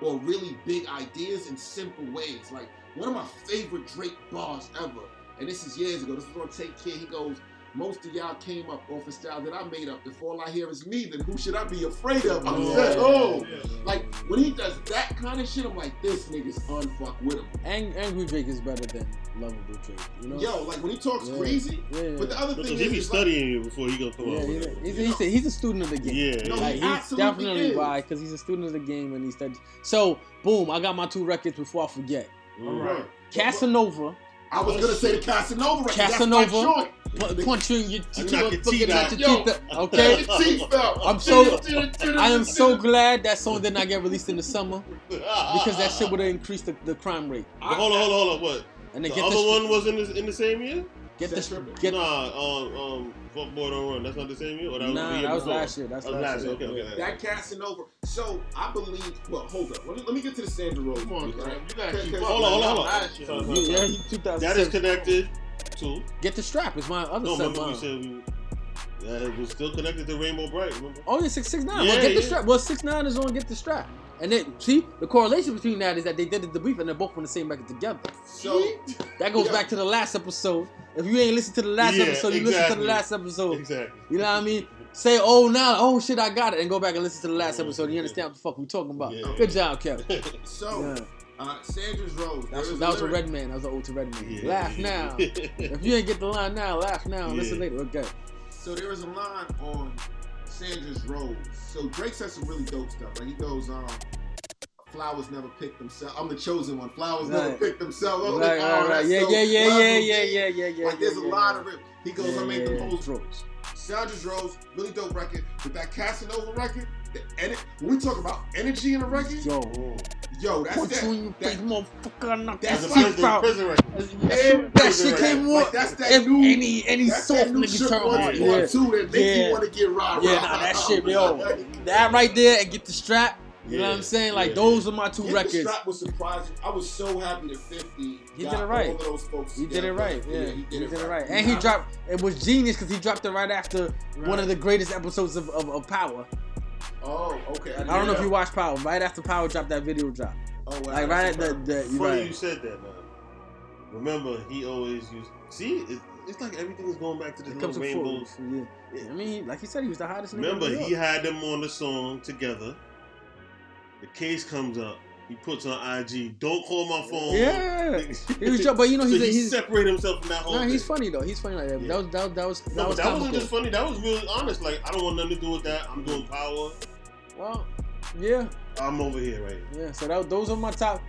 [SPEAKER 2] or really big ideas in simple ways. Like one of my favorite Drake bars ever, and this is years ago. This is on Take Care. He goes. Most of y'all came up off a style that I made up. If all I hear is me, then who should I be afraid of? I said, oh. Like when he does that kind of shit, I'm like, this nigga's unfuckwittable.
[SPEAKER 1] Ang- Angry Drake is better than Lovable Drake. You know?
[SPEAKER 2] Yo, like when he talks
[SPEAKER 1] Yeah.
[SPEAKER 2] crazy.
[SPEAKER 1] yeah, yeah.
[SPEAKER 2] But the other thing
[SPEAKER 3] Because
[SPEAKER 2] is,
[SPEAKER 3] he be
[SPEAKER 2] is like,
[SPEAKER 3] studying you before he gonna come
[SPEAKER 1] yeah,
[SPEAKER 3] out.
[SPEAKER 1] he's,
[SPEAKER 3] with
[SPEAKER 1] a,
[SPEAKER 3] it.
[SPEAKER 1] he's, a, he's, a, he's a student of the game.
[SPEAKER 3] Yeah.
[SPEAKER 2] No,
[SPEAKER 1] Like,
[SPEAKER 2] he
[SPEAKER 1] he's
[SPEAKER 2] absolutely
[SPEAKER 1] definitely
[SPEAKER 2] is.
[SPEAKER 1] why, because he's a student of the game and he studied. So, boom, I got my two records before I forget.
[SPEAKER 3] Mm.
[SPEAKER 4] Right.
[SPEAKER 1] Casanova,
[SPEAKER 2] I was gonna say the Casanova record. That's
[SPEAKER 1] Casanova.
[SPEAKER 2] my joint.
[SPEAKER 1] Pu- Punch you in your
[SPEAKER 3] I'm
[SPEAKER 1] teeth.
[SPEAKER 3] not your teeth out.
[SPEAKER 2] Yo.
[SPEAKER 1] Okay.
[SPEAKER 2] The teeth fell.
[SPEAKER 1] I'm so- I am so glad that song did not get released in the summer because that shit would have increased the, the crime rate.
[SPEAKER 3] But hold on, hold on, hold on. What?
[SPEAKER 1] And
[SPEAKER 3] The
[SPEAKER 1] then get
[SPEAKER 3] other
[SPEAKER 1] the
[SPEAKER 3] one was in the, in the same year?
[SPEAKER 1] get
[SPEAKER 2] Sex
[SPEAKER 1] the
[SPEAKER 2] Tripper.
[SPEAKER 1] get
[SPEAKER 3] nah, um, um, fuck boy don't run. That's not the same year. Or that was the
[SPEAKER 1] nah.
[SPEAKER 3] year
[SPEAKER 1] That was
[SPEAKER 3] before?
[SPEAKER 1] last year. That's
[SPEAKER 3] Oh, last
[SPEAKER 1] last
[SPEAKER 3] year.
[SPEAKER 1] year.
[SPEAKER 3] Okay, okay.
[SPEAKER 2] That Casanova. So I believe. Well, hold up. Let me, let me get to the Sandra Rose.
[SPEAKER 4] Come on,
[SPEAKER 2] one,
[SPEAKER 4] Drake.
[SPEAKER 2] right?
[SPEAKER 4] You gotta keep
[SPEAKER 2] Cause-
[SPEAKER 4] up.
[SPEAKER 3] Hold on, hold on, hold on.
[SPEAKER 4] Last year.
[SPEAKER 3] Sorry, sorry.
[SPEAKER 1] Yeah, he 2007.
[SPEAKER 3] That is connected to.
[SPEAKER 1] Get the strap is my other
[SPEAKER 3] No,
[SPEAKER 1] set.
[SPEAKER 3] remember we
[SPEAKER 1] mine.
[SPEAKER 3] said we. Yeah, it was still connected to Rainbow Bright. Remember?
[SPEAKER 1] Oh yeah, six six nine.
[SPEAKER 3] Yeah,
[SPEAKER 1] well, get the
[SPEAKER 3] yeah.
[SPEAKER 1] strap. Well, six nine is on get the strap. And then see the correlation between that is that they did the debrief and they're both on the same record together.
[SPEAKER 2] So
[SPEAKER 1] That goes
[SPEAKER 2] Yeah.
[SPEAKER 1] back to the last episode. If you ain't listened to the last
[SPEAKER 3] Yeah,
[SPEAKER 1] episode, you listen to
[SPEAKER 3] exactly.
[SPEAKER 1] the last episode.
[SPEAKER 3] Exactly.
[SPEAKER 1] You know what I mean? Say, oh now, oh shit, I got it, and go back and listen to the last episode. You
[SPEAKER 3] Yeah.
[SPEAKER 1] understand what the fuck we talking about?
[SPEAKER 3] Yeah.
[SPEAKER 1] Good job, Kevin.
[SPEAKER 2] so
[SPEAKER 1] Yeah.
[SPEAKER 2] uh, Sandra's Rose.
[SPEAKER 1] That's
[SPEAKER 2] there
[SPEAKER 1] that was
[SPEAKER 2] is
[SPEAKER 1] a
[SPEAKER 2] lyric-
[SPEAKER 1] red man. That was an old to red man.
[SPEAKER 3] Yeah.
[SPEAKER 1] Laugh now. if you ain't get the line now, laugh now. and Listen
[SPEAKER 3] Yeah.
[SPEAKER 1] later. Okay.
[SPEAKER 2] So there was a line on Sandra's Rose. So Drake says some really dope stuff. Like he goes, um, flowers never pick themselves. I'm the chosen one. Flowers never
[SPEAKER 1] Right.
[SPEAKER 2] pick themselves. I'm
[SPEAKER 1] Right,
[SPEAKER 2] like,
[SPEAKER 1] right,
[SPEAKER 2] oh,
[SPEAKER 1] right.
[SPEAKER 2] that's
[SPEAKER 1] Yeah,
[SPEAKER 2] so
[SPEAKER 1] yeah, yeah, yeah,
[SPEAKER 2] lovely.
[SPEAKER 1] yeah, yeah, yeah, yeah.
[SPEAKER 2] Like there's a
[SPEAKER 1] yeah,
[SPEAKER 2] lot
[SPEAKER 1] yeah.
[SPEAKER 2] of rip. He goes, I made the most Sandra's Rose, really dope record. But that Casanova record, the ener- when we talk about energy in a record,
[SPEAKER 1] Yo,
[SPEAKER 2] yo, that's
[SPEAKER 1] put you
[SPEAKER 2] that.
[SPEAKER 1] in your
[SPEAKER 2] that-
[SPEAKER 1] face, motherfucker. knock
[SPEAKER 2] That's
[SPEAKER 1] your
[SPEAKER 2] like-
[SPEAKER 1] teeth out.
[SPEAKER 3] prison record.
[SPEAKER 1] That
[SPEAKER 3] prison
[SPEAKER 1] shit
[SPEAKER 3] record.
[SPEAKER 1] came
[SPEAKER 2] Like,
[SPEAKER 1] on.
[SPEAKER 2] that's that
[SPEAKER 1] If
[SPEAKER 2] new.
[SPEAKER 1] any any
[SPEAKER 2] that's
[SPEAKER 1] soft
[SPEAKER 2] that new
[SPEAKER 1] nigga
[SPEAKER 2] Trip
[SPEAKER 1] turn
[SPEAKER 2] One,
[SPEAKER 1] hard,
[SPEAKER 2] Two, One,
[SPEAKER 1] yeah.
[SPEAKER 2] Two that make
[SPEAKER 1] Yeah.
[SPEAKER 2] you want to get rah
[SPEAKER 1] Yeah,
[SPEAKER 2] rah,
[SPEAKER 1] nah,
[SPEAKER 2] rah,
[SPEAKER 1] that
[SPEAKER 2] rah,
[SPEAKER 1] shit,
[SPEAKER 2] rah,
[SPEAKER 1] yo.
[SPEAKER 2] rah.
[SPEAKER 1] That right there and get the strap. You know what I'm
[SPEAKER 3] Yeah,
[SPEAKER 1] saying? Like
[SPEAKER 3] yeah,
[SPEAKER 1] those are my two
[SPEAKER 2] Get
[SPEAKER 1] records.
[SPEAKER 2] The strap was surprising. I was so happy that 50
[SPEAKER 1] He
[SPEAKER 2] got
[SPEAKER 1] did it right.
[SPEAKER 2] All of those folks
[SPEAKER 1] He did it
[SPEAKER 2] together.
[SPEAKER 1] right. Yeah,
[SPEAKER 2] he did, it, right.
[SPEAKER 1] And he
[SPEAKER 2] Nah,
[SPEAKER 1] dropped. It was genius because he dropped it right after one of the greatest episodes of, of, of Power.
[SPEAKER 2] Oh, okay.
[SPEAKER 1] I don't know if you watched Power. Right after Power dropped that video drop,
[SPEAKER 2] Oh, wow.
[SPEAKER 1] like right at the, the
[SPEAKER 3] Funny
[SPEAKER 1] you right.
[SPEAKER 3] you said that, man. Remember, he always used. See, it, it's like everything is going back to this
[SPEAKER 1] It
[SPEAKER 3] little
[SPEAKER 1] comes
[SPEAKER 3] rainbow.
[SPEAKER 1] to full. Yeah. I mean, he- like he said, he was the hottest. nigga in
[SPEAKER 3] Remember,
[SPEAKER 1] New
[SPEAKER 3] he
[SPEAKER 1] York.
[SPEAKER 3] had them on the song together. The case comes up. He puts on IG, "Don't call my phone."
[SPEAKER 1] Yeah, he was. jo- But you know,
[SPEAKER 3] so
[SPEAKER 1] he's
[SPEAKER 3] he
[SPEAKER 1] a, he's
[SPEAKER 3] separated himself from that whole.
[SPEAKER 1] no,
[SPEAKER 3] thing.
[SPEAKER 1] he's funny though. He's funny like that.
[SPEAKER 3] Yeah.
[SPEAKER 1] That was that was that was that
[SPEAKER 3] No,
[SPEAKER 1] was
[SPEAKER 3] but that wasn't
[SPEAKER 1] comical.
[SPEAKER 3] just funny. That was really honest. Like, I don't want nothing to do with that. I'm doing power.
[SPEAKER 1] Well, yeah,
[SPEAKER 3] I'm over here right now.
[SPEAKER 1] yeah. So that, those are my top.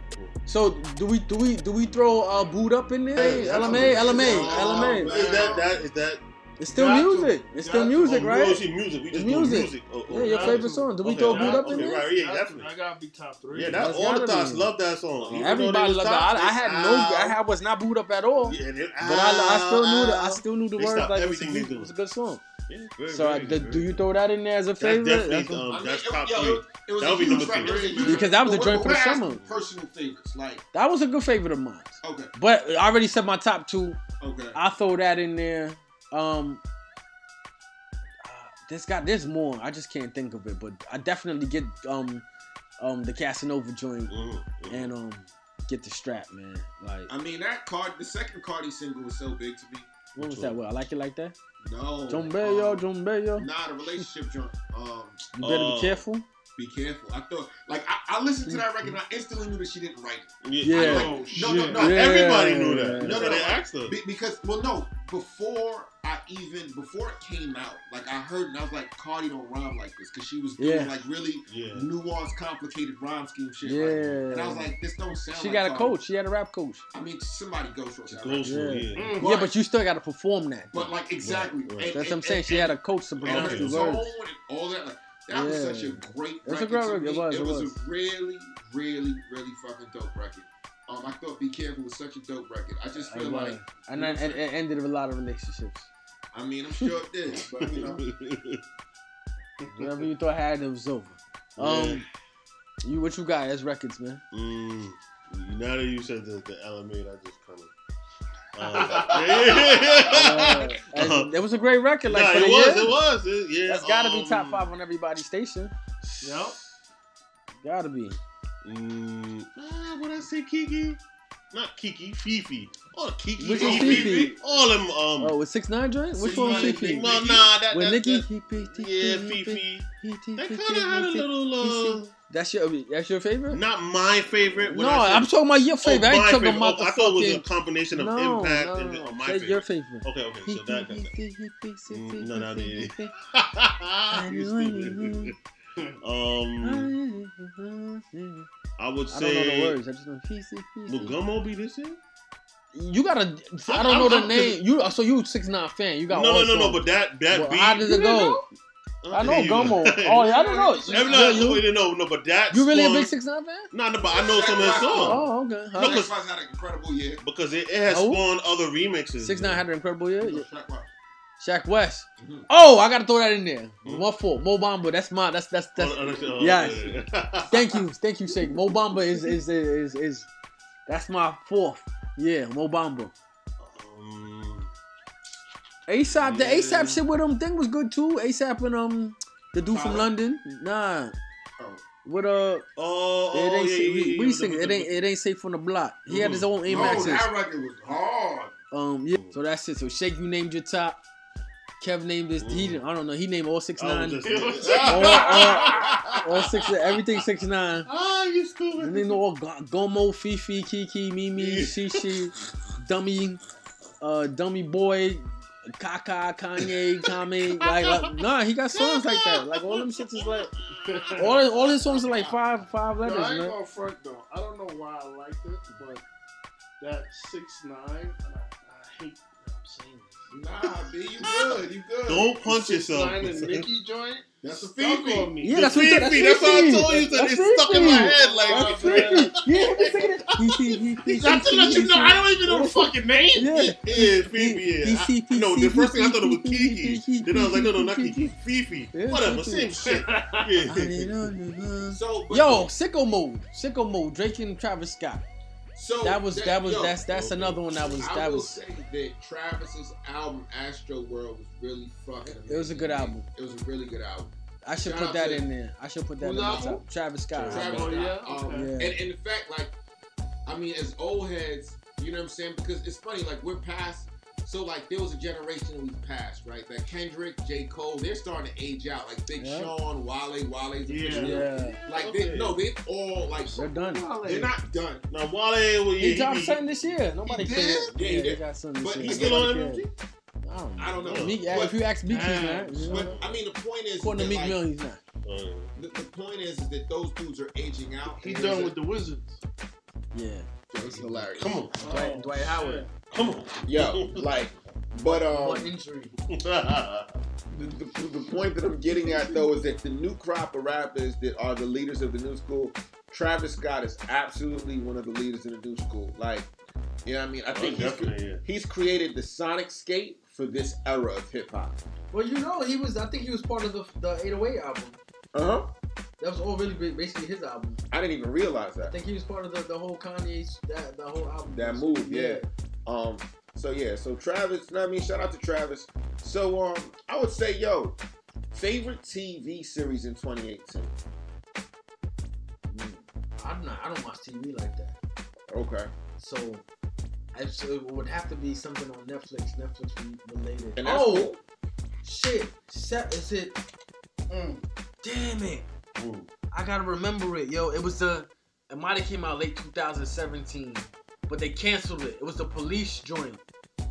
[SPEAKER 1] So do we do we do we throw uh, boot up in there?
[SPEAKER 3] Hey, that's
[SPEAKER 1] LMA,
[SPEAKER 3] what-
[SPEAKER 1] LMA,
[SPEAKER 2] Oh,
[SPEAKER 1] LMA.
[SPEAKER 2] man.
[SPEAKER 3] Is that that is that
[SPEAKER 1] It's still
[SPEAKER 2] Got to.
[SPEAKER 1] music. It's still
[SPEAKER 2] Got to.
[SPEAKER 1] music,
[SPEAKER 3] oh,
[SPEAKER 1] right?
[SPEAKER 3] Music, music. We just
[SPEAKER 1] Music.
[SPEAKER 3] music. music. Oh, oh,
[SPEAKER 1] Yeah, your
[SPEAKER 3] nah.
[SPEAKER 1] favorite song. Do we
[SPEAKER 3] Okay,
[SPEAKER 1] throw
[SPEAKER 3] nah,
[SPEAKER 1] boot up in
[SPEAKER 3] okay,
[SPEAKER 1] there?
[SPEAKER 3] right, yeah,
[SPEAKER 4] That's-
[SPEAKER 3] definitely.
[SPEAKER 4] I gotta be top three.
[SPEAKER 3] Yeah, that
[SPEAKER 1] That's
[SPEAKER 3] all the
[SPEAKER 1] gotta
[SPEAKER 3] thoughts
[SPEAKER 1] be.
[SPEAKER 3] love that song. Even though they
[SPEAKER 1] Everybody
[SPEAKER 3] was
[SPEAKER 1] loved
[SPEAKER 3] thoughts,
[SPEAKER 1] that. I, I
[SPEAKER 3] they
[SPEAKER 1] had no,
[SPEAKER 3] ow.
[SPEAKER 1] I had was not booed up at all.
[SPEAKER 3] Yeah, they-
[SPEAKER 1] But I, I still knew the, I
[SPEAKER 3] ow.
[SPEAKER 1] still knew the
[SPEAKER 3] They
[SPEAKER 1] words.
[SPEAKER 3] stopped
[SPEAKER 1] Like it was, a
[SPEAKER 3] everything they
[SPEAKER 1] good,
[SPEAKER 3] do.
[SPEAKER 1] it was a good song.
[SPEAKER 3] Yeah, very,
[SPEAKER 1] so I,
[SPEAKER 3] very,
[SPEAKER 1] the,
[SPEAKER 3] very.
[SPEAKER 1] do you throw that in there as a
[SPEAKER 3] That's
[SPEAKER 1] favorite?
[SPEAKER 3] definitely
[SPEAKER 1] That's a-
[SPEAKER 3] um,
[SPEAKER 2] mean,
[SPEAKER 3] that's
[SPEAKER 2] it-
[SPEAKER 3] top
[SPEAKER 2] yo,
[SPEAKER 3] three.
[SPEAKER 2] It was
[SPEAKER 3] That'll
[SPEAKER 2] a
[SPEAKER 3] be
[SPEAKER 2] huge
[SPEAKER 3] number three.
[SPEAKER 2] record. It a huge
[SPEAKER 1] Because that was
[SPEAKER 2] record.
[SPEAKER 1] a joint
[SPEAKER 2] But
[SPEAKER 1] for the
[SPEAKER 2] we're asking
[SPEAKER 1] summer.
[SPEAKER 2] Personal favorites, like
[SPEAKER 1] that was a good favorite of mine.
[SPEAKER 2] okay,
[SPEAKER 1] But I already said my top two.
[SPEAKER 2] okay.
[SPEAKER 1] I throw that in there. Um, uh, this got there's more. I just can't think of it. But I definitely get um, um, the Casanova joint
[SPEAKER 3] Mhm, mhm.
[SPEAKER 1] and um, get the strap, man. Like
[SPEAKER 2] I mean that card, the second Cardi single was so big to me.
[SPEAKER 1] what was that? What I like it like that.
[SPEAKER 2] No,
[SPEAKER 1] Jumbello,
[SPEAKER 2] um,
[SPEAKER 1] Jumbello.
[SPEAKER 2] Nah, the relationship joint. Um,
[SPEAKER 1] You better be
[SPEAKER 3] Uh,
[SPEAKER 1] careful.
[SPEAKER 2] be careful. I thought, like, I, I listened to that record and I instantly knew that she didn't write it.
[SPEAKER 1] Yeah.
[SPEAKER 3] Oh,
[SPEAKER 2] No, no,
[SPEAKER 3] shit.
[SPEAKER 2] no.
[SPEAKER 3] Everybody knew that.
[SPEAKER 2] No,
[SPEAKER 3] No,
[SPEAKER 2] no,
[SPEAKER 3] no,
[SPEAKER 2] no.
[SPEAKER 3] they asked us.
[SPEAKER 2] Be- because, well, no, before I even before it came out, like I heard and I was like, Cardi don't rhyme like this because she was doing
[SPEAKER 1] Yeah.
[SPEAKER 2] like really
[SPEAKER 3] Yeah.
[SPEAKER 1] Mm.
[SPEAKER 2] nuanced, complicated rhyme scheme shit.
[SPEAKER 1] Yeah.
[SPEAKER 2] Like, and I was like, this don't sound.
[SPEAKER 1] She
[SPEAKER 2] like um,
[SPEAKER 1] got a
[SPEAKER 2] Cardi.
[SPEAKER 1] coach. She had a rap coach.
[SPEAKER 2] I mean, somebody goes for
[SPEAKER 3] It's
[SPEAKER 2] that.
[SPEAKER 3] close to it, yeah.
[SPEAKER 4] Mm.
[SPEAKER 1] yeah, but you still got to perform that.
[SPEAKER 2] but like exactly.
[SPEAKER 3] Right, right.
[SPEAKER 1] That's
[SPEAKER 2] and-
[SPEAKER 1] what I'm
[SPEAKER 2] and-
[SPEAKER 1] saying.
[SPEAKER 2] and-
[SPEAKER 1] She had a coach to
[SPEAKER 2] and
[SPEAKER 1] pronounce
[SPEAKER 2] her
[SPEAKER 3] Okay.
[SPEAKER 1] the
[SPEAKER 2] tone
[SPEAKER 1] words.
[SPEAKER 2] and all that. Like, that was
[SPEAKER 1] Yeah.
[SPEAKER 2] such a great
[SPEAKER 1] was a great
[SPEAKER 2] record. to
[SPEAKER 1] record. It
[SPEAKER 2] me.
[SPEAKER 1] was, it
[SPEAKER 2] a
[SPEAKER 1] was.
[SPEAKER 2] really, really, really fucking dope record. Um, I thought "Be Careful" was such a dope record. I just feel
[SPEAKER 1] And,
[SPEAKER 2] like,
[SPEAKER 1] uh, and I- and it ended with a lot of relationships.
[SPEAKER 2] I mean, I'm sure it did, but you know,
[SPEAKER 1] Whatever you thought had, it was over. Um, you what you got as records, man?
[SPEAKER 3] Mm, now that you said the, the element, I just um, kind of.
[SPEAKER 1] Uh, and it was a great record. Like for
[SPEAKER 3] it
[SPEAKER 1] the
[SPEAKER 3] was,
[SPEAKER 1] year.
[SPEAKER 3] it was, it- yeah.
[SPEAKER 1] That's got to be
[SPEAKER 3] um,
[SPEAKER 1] top five on everybody's station.
[SPEAKER 4] Yep.
[SPEAKER 1] Got to be.
[SPEAKER 3] Mm, ah, what I say, Kiki? Not Kiki, Fifi. Oh, Kiki,
[SPEAKER 1] Which
[SPEAKER 2] one,
[SPEAKER 1] was
[SPEAKER 3] Fifi.
[SPEAKER 1] Fifi?
[SPEAKER 3] All them. Um,
[SPEAKER 1] Oh, with six nine joint? Which
[SPEAKER 2] Six
[SPEAKER 1] one was
[SPEAKER 2] Nine,
[SPEAKER 1] Fifi?
[SPEAKER 3] No, nah, that,
[SPEAKER 1] With
[SPEAKER 3] that,
[SPEAKER 1] Nicki?
[SPEAKER 3] that- yeah, Fifi. That kind of had a little.
[SPEAKER 1] That's your that's your
[SPEAKER 3] Uh,
[SPEAKER 1] favorite?
[SPEAKER 3] not my favorite.
[SPEAKER 1] No,
[SPEAKER 3] When I said-
[SPEAKER 1] I'm talking about your
[SPEAKER 3] Oh,
[SPEAKER 1] favorite. I
[SPEAKER 3] my
[SPEAKER 1] ain't talking
[SPEAKER 3] favorite.
[SPEAKER 1] about
[SPEAKER 3] Oh,
[SPEAKER 1] the
[SPEAKER 3] I thought it was a
[SPEAKER 1] fucking.
[SPEAKER 3] combination of
[SPEAKER 1] No,
[SPEAKER 3] impact
[SPEAKER 1] no,
[SPEAKER 3] and
[SPEAKER 1] no.
[SPEAKER 3] oh, my
[SPEAKER 1] Say
[SPEAKER 3] favorite.
[SPEAKER 1] your favorite.
[SPEAKER 3] Okay, okay, so that got that. Mm, no, no, yeah, You stupid. um,
[SPEAKER 1] I
[SPEAKER 3] I would
[SPEAKER 1] don't know the
[SPEAKER 3] say
[SPEAKER 1] words. I just know PC.
[SPEAKER 3] will Gummo be this year?
[SPEAKER 1] You gotta. I
[SPEAKER 3] I'm-
[SPEAKER 1] don't know
[SPEAKER 3] I'm-
[SPEAKER 1] the
[SPEAKER 3] I'm-
[SPEAKER 1] name. You oh, so you six nine fan. You
[SPEAKER 3] No,
[SPEAKER 1] got
[SPEAKER 3] no,
[SPEAKER 1] one
[SPEAKER 3] no, no.
[SPEAKER 1] song.
[SPEAKER 3] But that that
[SPEAKER 1] Well,
[SPEAKER 3] beat.
[SPEAKER 1] how does it
[SPEAKER 4] You
[SPEAKER 1] go? I know Gumbo. Oh yeah, I don't know.
[SPEAKER 3] Every
[SPEAKER 1] Yeah,
[SPEAKER 3] now and
[SPEAKER 1] you,
[SPEAKER 3] then, no, no. But that.
[SPEAKER 1] you really a
[SPEAKER 3] song-
[SPEAKER 1] big six nine fan?
[SPEAKER 3] Nah, no, but I know some of his songs
[SPEAKER 1] Oh okay. Huh?
[SPEAKER 3] No,
[SPEAKER 2] Jack
[SPEAKER 3] 'cause-
[SPEAKER 2] White's had an incredible year.
[SPEAKER 3] because it, it has
[SPEAKER 1] No.
[SPEAKER 3] spawned other remixes.
[SPEAKER 1] Six nine had an incredible year. Yeah.
[SPEAKER 2] Jack White.
[SPEAKER 1] Shaq West.
[SPEAKER 3] Mm-hmm.
[SPEAKER 2] Mhm.
[SPEAKER 1] Oh, I gotta throw that in there.
[SPEAKER 3] Mhm.
[SPEAKER 1] One for Mo Bamba. That's my. That's that's that's.
[SPEAKER 3] Oh, oh, oh,
[SPEAKER 1] Yes.
[SPEAKER 3] yeah.
[SPEAKER 1] Thank you, thank you, Shake. Mo Bamba is is is is. is that's my fourth. Yeah, Mo Bamba.
[SPEAKER 3] Um,
[SPEAKER 1] ASAP. The
[SPEAKER 3] Yeah.
[SPEAKER 1] ASAP shit with him thing was good too. ASAP and um the dude from
[SPEAKER 2] Tyler.
[SPEAKER 1] London. Nah.
[SPEAKER 2] Oh.
[SPEAKER 1] With uh, it
[SPEAKER 3] oh, oh,
[SPEAKER 1] ain't
[SPEAKER 3] yeah,
[SPEAKER 1] safe.
[SPEAKER 3] yeah,
[SPEAKER 1] we,
[SPEAKER 3] yeah,
[SPEAKER 1] we
[SPEAKER 3] yeah,
[SPEAKER 1] sing
[SPEAKER 3] the- Mm-hmm. Oh,
[SPEAKER 1] it ain't it ain't safe from the block. He had his own aim
[SPEAKER 2] No,
[SPEAKER 1] axis.
[SPEAKER 2] Oh, that record was hard.
[SPEAKER 1] Um, yeah. So that's it. So Shake, you named your top. Kev named his. He didn't. I don't know. He named all six
[SPEAKER 3] Mm. I was
[SPEAKER 1] nine.
[SPEAKER 3] just-
[SPEAKER 1] All six. Everything six nine.
[SPEAKER 3] Ah, you stupid.
[SPEAKER 1] And they know all Go- Gomo, Fifi, Kiki, Mimi,
[SPEAKER 3] Yeah.
[SPEAKER 1] Shishi, Dummy, uh, Dummy Boy, Kaka, Kanye, Kame. Like, like, nah, he got songs like that. Like all them shits is like all his, all his songs are like five five
[SPEAKER 4] No,
[SPEAKER 1] letters,
[SPEAKER 4] I ain't
[SPEAKER 1] man.
[SPEAKER 4] gonna front though. I don't know why I liked it, but that six nine, and I, I hate that I'm saying this.
[SPEAKER 2] Nah, B, you good. You good.
[SPEAKER 3] Don't punch
[SPEAKER 4] Six
[SPEAKER 3] yourself.
[SPEAKER 4] nine and Nicki joint.
[SPEAKER 2] That's a
[SPEAKER 4] Fuck
[SPEAKER 2] Fifi.
[SPEAKER 4] on me.
[SPEAKER 1] Yeah, that's what
[SPEAKER 3] Fifi,
[SPEAKER 1] he-
[SPEAKER 3] that's all I
[SPEAKER 1] Fifi.
[SPEAKER 3] told you. That
[SPEAKER 1] That's
[SPEAKER 3] it's stuck in my
[SPEAKER 1] Fifi.
[SPEAKER 3] head. Like,
[SPEAKER 1] That's freaky. Yeah, he singing it. He see, he
[SPEAKER 4] I
[SPEAKER 1] he.
[SPEAKER 4] have to let you know. I don't even know the fucking name.
[SPEAKER 1] Yeah.
[SPEAKER 3] yeah, Fifi. Yeah. I-
[SPEAKER 1] Fifi,
[SPEAKER 3] No, the
[SPEAKER 1] Fifi,
[SPEAKER 3] first thing I thought it was
[SPEAKER 1] Fifi,
[SPEAKER 3] Kiki.
[SPEAKER 1] Fifi,
[SPEAKER 3] Then I was like, no, no, not
[SPEAKER 1] Fifi,
[SPEAKER 3] Kiki. Fifi.
[SPEAKER 1] Yeah,
[SPEAKER 3] Whatever,
[SPEAKER 1] Fifi.
[SPEAKER 3] same shit. Yeah.
[SPEAKER 2] So, but-
[SPEAKER 1] Yo, sicko mode, sicko mode, Drake and Travis Scott.
[SPEAKER 2] so
[SPEAKER 1] That was that was
[SPEAKER 2] yo,
[SPEAKER 1] that's that's another one that was
[SPEAKER 2] I
[SPEAKER 1] that
[SPEAKER 2] will
[SPEAKER 1] was.
[SPEAKER 2] say that Travis's album Astro World was really fucking.
[SPEAKER 1] It was a good album.
[SPEAKER 2] It was a really good album.
[SPEAKER 1] I should
[SPEAKER 2] Shout
[SPEAKER 1] put
[SPEAKER 2] out
[SPEAKER 1] that
[SPEAKER 2] to-
[SPEAKER 1] in there. I should put that
[SPEAKER 2] Who's
[SPEAKER 1] in my
[SPEAKER 2] album?
[SPEAKER 1] top. Travis Scott.
[SPEAKER 2] Travis
[SPEAKER 4] Oh,
[SPEAKER 2] Scott.
[SPEAKER 4] yeah?
[SPEAKER 2] Um,
[SPEAKER 4] Okay.
[SPEAKER 1] Yeah.
[SPEAKER 2] And, and in fact, like, I mean, as old heads, you know what I'm saying? Because it's funny, like, we're past. So, like, there was a generation we've passed, right? Like Kendrick, J. Cole, they're starting to age out. Like Big
[SPEAKER 1] Yeah.
[SPEAKER 2] Sean, Wale, Wale's
[SPEAKER 4] Yeah.
[SPEAKER 2] officially-
[SPEAKER 1] Yeah,
[SPEAKER 2] Like, they,
[SPEAKER 3] Okay.
[SPEAKER 2] no, they've all like
[SPEAKER 1] they're done.
[SPEAKER 2] they're not done.
[SPEAKER 3] Now, Wale, well, yeah,
[SPEAKER 1] He dropped
[SPEAKER 3] he-
[SPEAKER 1] something this year. Nobody
[SPEAKER 2] did?
[SPEAKER 1] cared.
[SPEAKER 2] Yeah, he
[SPEAKER 1] Yeah, he
[SPEAKER 2] did.
[SPEAKER 1] got something
[SPEAKER 2] But
[SPEAKER 1] this year.
[SPEAKER 3] he's still on
[SPEAKER 1] Nobody
[SPEAKER 3] MMG.
[SPEAKER 1] cared. I don't know.
[SPEAKER 2] I don't know.
[SPEAKER 1] Meek,
[SPEAKER 2] but,
[SPEAKER 1] if you ask Meek, he's
[SPEAKER 4] Ah,
[SPEAKER 1] not. You
[SPEAKER 2] but,
[SPEAKER 1] know?
[SPEAKER 2] I mean, the point is,
[SPEAKER 1] According to
[SPEAKER 2] that,
[SPEAKER 1] Meek
[SPEAKER 2] like,
[SPEAKER 1] Mill, he's not.
[SPEAKER 3] Oh,
[SPEAKER 2] the, the point is, is that those dudes are aging out.
[SPEAKER 4] He's
[SPEAKER 2] and there's
[SPEAKER 4] done
[SPEAKER 2] a-
[SPEAKER 4] with the Wizards.
[SPEAKER 1] Yeah.
[SPEAKER 2] It's hilarious.
[SPEAKER 3] Come on.
[SPEAKER 1] Dwight-
[SPEAKER 4] Oh,
[SPEAKER 1] Dwight
[SPEAKER 4] shit.
[SPEAKER 1] Howard.
[SPEAKER 3] Come on.
[SPEAKER 2] Yo, like, but
[SPEAKER 5] Oh.
[SPEAKER 2] um,
[SPEAKER 1] One injury.
[SPEAKER 2] the, the, the point that I'm getting at though is that the new crop of rappers that are the leaders of the new school, Travis Scott is absolutely one of the leaders in the new school. Like, you know what I mean? I think he's,
[SPEAKER 3] Oh, definitely, yeah.
[SPEAKER 2] he's created the sonic scape for this era of hip hop.
[SPEAKER 5] Well, you know, he was. I think he was part of the the 808 album.
[SPEAKER 2] Uh huh.
[SPEAKER 5] That was all really ba- basically his album.
[SPEAKER 2] I didn't even realize
[SPEAKER 5] I
[SPEAKER 2] that
[SPEAKER 5] think he was part of the, the whole Kanye's that the whole album.
[SPEAKER 2] that move. Yeah. Um. So yeah. So Travis. You know what I mean? Shout out to Travis. So um, I would say yo, favorite TV series in 2018.
[SPEAKER 5] I'm not. I don't watch TV like that.
[SPEAKER 2] Okay.
[SPEAKER 5] So, I, so it would have to be something on Netflix. Netflix re- related.
[SPEAKER 2] And that's
[SPEAKER 5] oh
[SPEAKER 2] cool.
[SPEAKER 5] shit! Sep- Is it?
[SPEAKER 4] Mm.
[SPEAKER 5] Damn it!
[SPEAKER 3] Ooh.
[SPEAKER 5] I gotta remember it, yo. It was the it might have came out late 2017, but they canceled it. It was the police joint.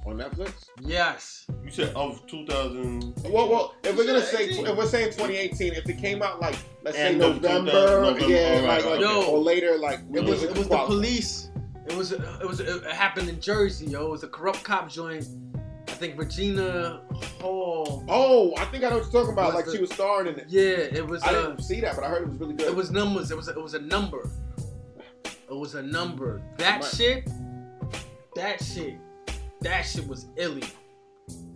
[SPEAKER 2] on Netflix.
[SPEAKER 5] Yes.
[SPEAKER 3] You said of 2000.
[SPEAKER 2] Well, well, if we're gonna say
[SPEAKER 5] 2018.
[SPEAKER 2] if we're saying 2018, if it came out like let's say
[SPEAKER 3] End of
[SPEAKER 2] November,
[SPEAKER 3] 2000,
[SPEAKER 2] yeah,
[SPEAKER 3] November,
[SPEAKER 2] like,
[SPEAKER 3] alright,
[SPEAKER 2] like
[SPEAKER 5] alright.
[SPEAKER 2] or later, like
[SPEAKER 5] It was
[SPEAKER 2] we
[SPEAKER 5] it
[SPEAKER 2] can
[SPEAKER 5] was the
[SPEAKER 2] qualify.
[SPEAKER 5] police. It was it was it happened in Jersey, yo. It was a corrupt cop joint. I think Regina Hall.
[SPEAKER 2] Oh, I think I know what you're talking about.
[SPEAKER 5] Was
[SPEAKER 2] Like
[SPEAKER 5] the-
[SPEAKER 2] she was starring in it.
[SPEAKER 5] Yeah, it was.
[SPEAKER 2] I
[SPEAKER 5] Uh,
[SPEAKER 2] didn't see that, but I heard it was really good.
[SPEAKER 5] it was numbers. It was it was a number. It was a number. That
[SPEAKER 2] Right.
[SPEAKER 5] shit. That shit. That shit was illy.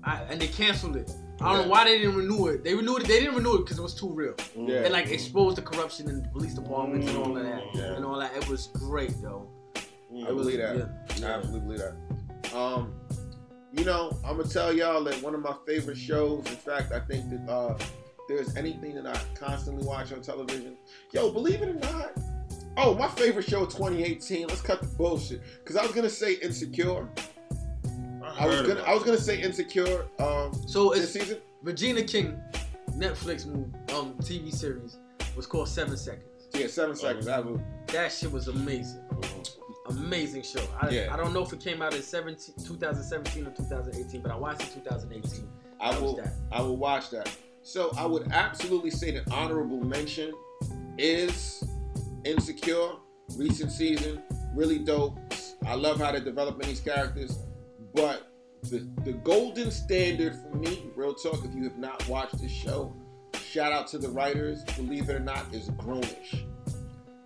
[SPEAKER 5] I, and they canceled it. I don't
[SPEAKER 2] Yeah.
[SPEAKER 5] know why they didn't renew it. They renewed it. They didn't renew it because it was too real.
[SPEAKER 2] Yeah. Mm,
[SPEAKER 5] It like exposed the corruption in the police departments and all of that
[SPEAKER 2] Yeah.
[SPEAKER 5] and all that. It was great though.
[SPEAKER 2] I believe that.
[SPEAKER 5] Yeah.
[SPEAKER 2] I absolutely believe that. Um, you know, I'm gonna tell y'all that one of my favorite shows. In fact, I think that uh, there's anything that I constantly watch on television. Yo, believe it or not. Oh, my favorite show of 2018. Let's cut the bullshit. Cause I was gonna say Insecure. I was
[SPEAKER 3] heard
[SPEAKER 2] gonna
[SPEAKER 3] about
[SPEAKER 2] I was
[SPEAKER 3] it.
[SPEAKER 2] gonna say Insecure. Um,
[SPEAKER 5] So
[SPEAKER 2] this
[SPEAKER 5] it's
[SPEAKER 2] season.
[SPEAKER 5] Regina King Netflix movie, um TV series was called Seven Seconds.
[SPEAKER 2] Yeah, seven seconds. I will.
[SPEAKER 5] That shit was amazing. Amazing show. I,
[SPEAKER 2] Yeah.
[SPEAKER 5] I don't know if it came out in 17, 2017 or 2018, but I watched it 2018.
[SPEAKER 2] I
[SPEAKER 5] That was
[SPEAKER 2] will.
[SPEAKER 5] that.
[SPEAKER 2] I will watch that. So I would absolutely say that honorable mention is Insecure, recent season, really dope. I love how they're developing these characters, but the, the golden standard for me, real talk, if you have not watched this show, shout out to the writers, believe it or not, is Grownish.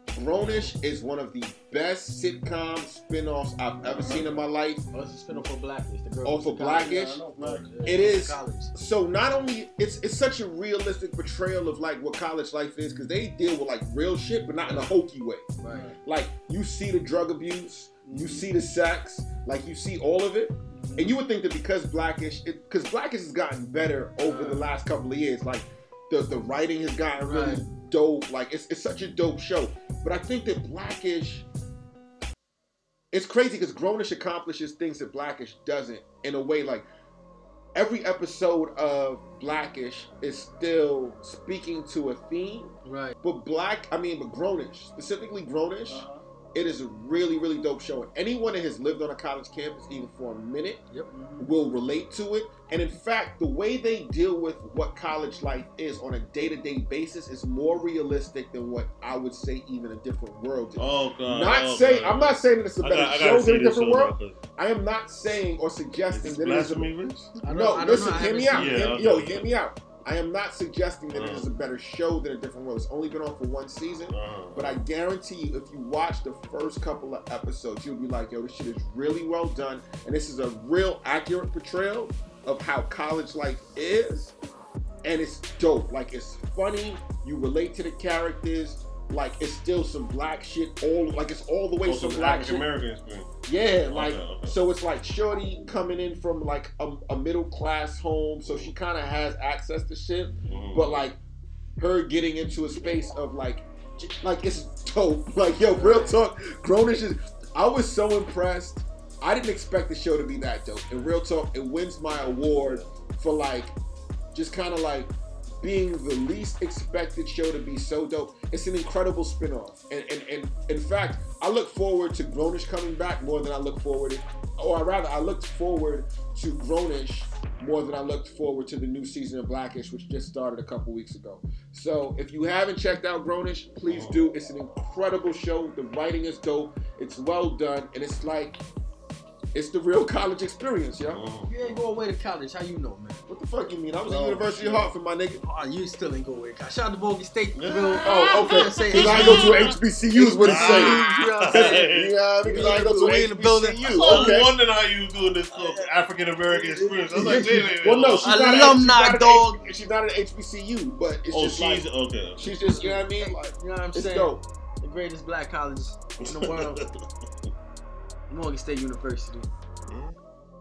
[SPEAKER 2] Grownish is one of the best sitcom spin-offs I've ever seen in my life.
[SPEAKER 1] Oh, it's a spin off of Blackish. The girl
[SPEAKER 2] Oh,
[SPEAKER 1] who's
[SPEAKER 2] for
[SPEAKER 1] in college.
[SPEAKER 2] Blackish?
[SPEAKER 1] Yeah, I know, Blackish.
[SPEAKER 2] It is.
[SPEAKER 1] College.
[SPEAKER 2] So not only it's it's such a realistic portrayal of like what college life is, because they deal with like real shit, but not in a hokey way.
[SPEAKER 1] Right.
[SPEAKER 2] Like you see the drug abuse, you see the sex, like you see all of it, and you would think that because Blackish, because Blackish has gotten better over the last couple of years, like the the writing has gotten really dope. Like it's it's such a dope show, but I think that Blackish. It's crazy because Grownish accomplishes things that Blackish doesn't in a way like every episode of Blackish is still speaking to a theme
[SPEAKER 1] Right.
[SPEAKER 2] but black, I mean, but Grownish, specifically Grownish,
[SPEAKER 4] Uh-huh.
[SPEAKER 2] it is a really, really dope show. And anyone that has lived on a college campus even for a minute
[SPEAKER 1] Yep.
[SPEAKER 4] Mm-hmm.
[SPEAKER 2] will relate to it. And in fact, the way they deal with what college life is on a day to day basis is more realistic than what I would say even a different world is.
[SPEAKER 3] Oh god.
[SPEAKER 2] Not
[SPEAKER 3] oh,
[SPEAKER 2] saying
[SPEAKER 3] God.
[SPEAKER 2] I'm not saying that it's a
[SPEAKER 3] I
[SPEAKER 2] better
[SPEAKER 3] got- I
[SPEAKER 2] show
[SPEAKER 3] gotta see
[SPEAKER 2] than a
[SPEAKER 3] this
[SPEAKER 2] different
[SPEAKER 3] show,
[SPEAKER 2] world.
[SPEAKER 3] bro, 'cause
[SPEAKER 2] I am not saying or
[SPEAKER 3] is
[SPEAKER 2] suggesting
[SPEAKER 3] this
[SPEAKER 2] that it is a
[SPEAKER 3] blasphemy, Rich?
[SPEAKER 1] I don't-
[SPEAKER 2] no,
[SPEAKER 1] I don't
[SPEAKER 2] listen,
[SPEAKER 1] know. I
[SPEAKER 2] hear
[SPEAKER 1] haven't
[SPEAKER 2] me
[SPEAKER 1] seen
[SPEAKER 2] out.
[SPEAKER 3] it.
[SPEAKER 2] hear-
[SPEAKER 3] Yeah, okay,
[SPEAKER 2] yo,
[SPEAKER 3] okay.
[SPEAKER 2] hear me out. I am not suggesting that it
[SPEAKER 3] Uh-huh.
[SPEAKER 2] is a better show than a different world. It's only been on for one season.
[SPEAKER 3] Uh,
[SPEAKER 2] But I guarantee you, if you watch the first couple of episodes, you'll be like, yo, this shit is really well done. And this is a real accurate portrayal of how college life is. And it's dope. Like, it's funny. You relate to the characters. Like, it's still some black shit all, like, it's all the way
[SPEAKER 3] also
[SPEAKER 2] some black
[SPEAKER 3] Oh, African
[SPEAKER 2] shit.
[SPEAKER 3] American experience.
[SPEAKER 2] Yeah, like
[SPEAKER 3] Okay, okay.
[SPEAKER 2] so it's like Shorty coming in from like a, a middle class home, so she kind of has access to shit,
[SPEAKER 3] Mhm.
[SPEAKER 2] but like her getting into a space of like, j- like it's dope. Like yo, real talk, Grownish is. I was so impressed. I didn't expect the show to be that dope. And real talk, it wins my award for like just kind of like being the least expected show to be so dope. It's an incredible spinoff. And and, and in fact, I look forward to Grownish coming back more than I look forward or rather I looked forward to Grownish more than I looked forward to the new season of Blackish, which just started a couple weeks ago. So if you haven't checked out Grownish, please do. It's an incredible show. The writing is dope. It's well done, and it's like it's the real college experience, yo.
[SPEAKER 3] Mhm.
[SPEAKER 1] You ain't go away to college. How you know, man?
[SPEAKER 2] What the fuck you mean? I was at
[SPEAKER 1] Oh,
[SPEAKER 2] University of
[SPEAKER 1] shit.
[SPEAKER 2] Hartford, my nigga.
[SPEAKER 1] Oh, you still ain't go away to college. Shout out to Bogie State.
[SPEAKER 3] Yeah.
[SPEAKER 1] Real-
[SPEAKER 2] Oh, okay.
[SPEAKER 1] Yeah, say
[SPEAKER 2] Because I
[SPEAKER 1] it.
[SPEAKER 2] ain't go to a HBCU is what it say.
[SPEAKER 3] Ah.
[SPEAKER 1] You know what I'm
[SPEAKER 2] You
[SPEAKER 1] saying?
[SPEAKER 2] know what I mean? 'Cause I ain't go to
[SPEAKER 1] We
[SPEAKER 2] a
[SPEAKER 1] in the building.
[SPEAKER 2] HBCU.
[SPEAKER 3] I was
[SPEAKER 2] Okay.
[SPEAKER 3] wondering how you was doing this uh, African American experience. I was like, wait, Oh, wait, wait.
[SPEAKER 2] Well, no, she's not an-
[SPEAKER 1] Alumni,
[SPEAKER 2] she's not an
[SPEAKER 1] dog.
[SPEAKER 2] H- She's not an HBCU, but it's
[SPEAKER 3] oh,
[SPEAKER 2] just like
[SPEAKER 3] she's okay.
[SPEAKER 2] she's just you know what I mean. Like,
[SPEAKER 1] You know what I'm
[SPEAKER 2] it's
[SPEAKER 1] saying?
[SPEAKER 2] dope.
[SPEAKER 1] The greatest black college in the world, Morgan State University.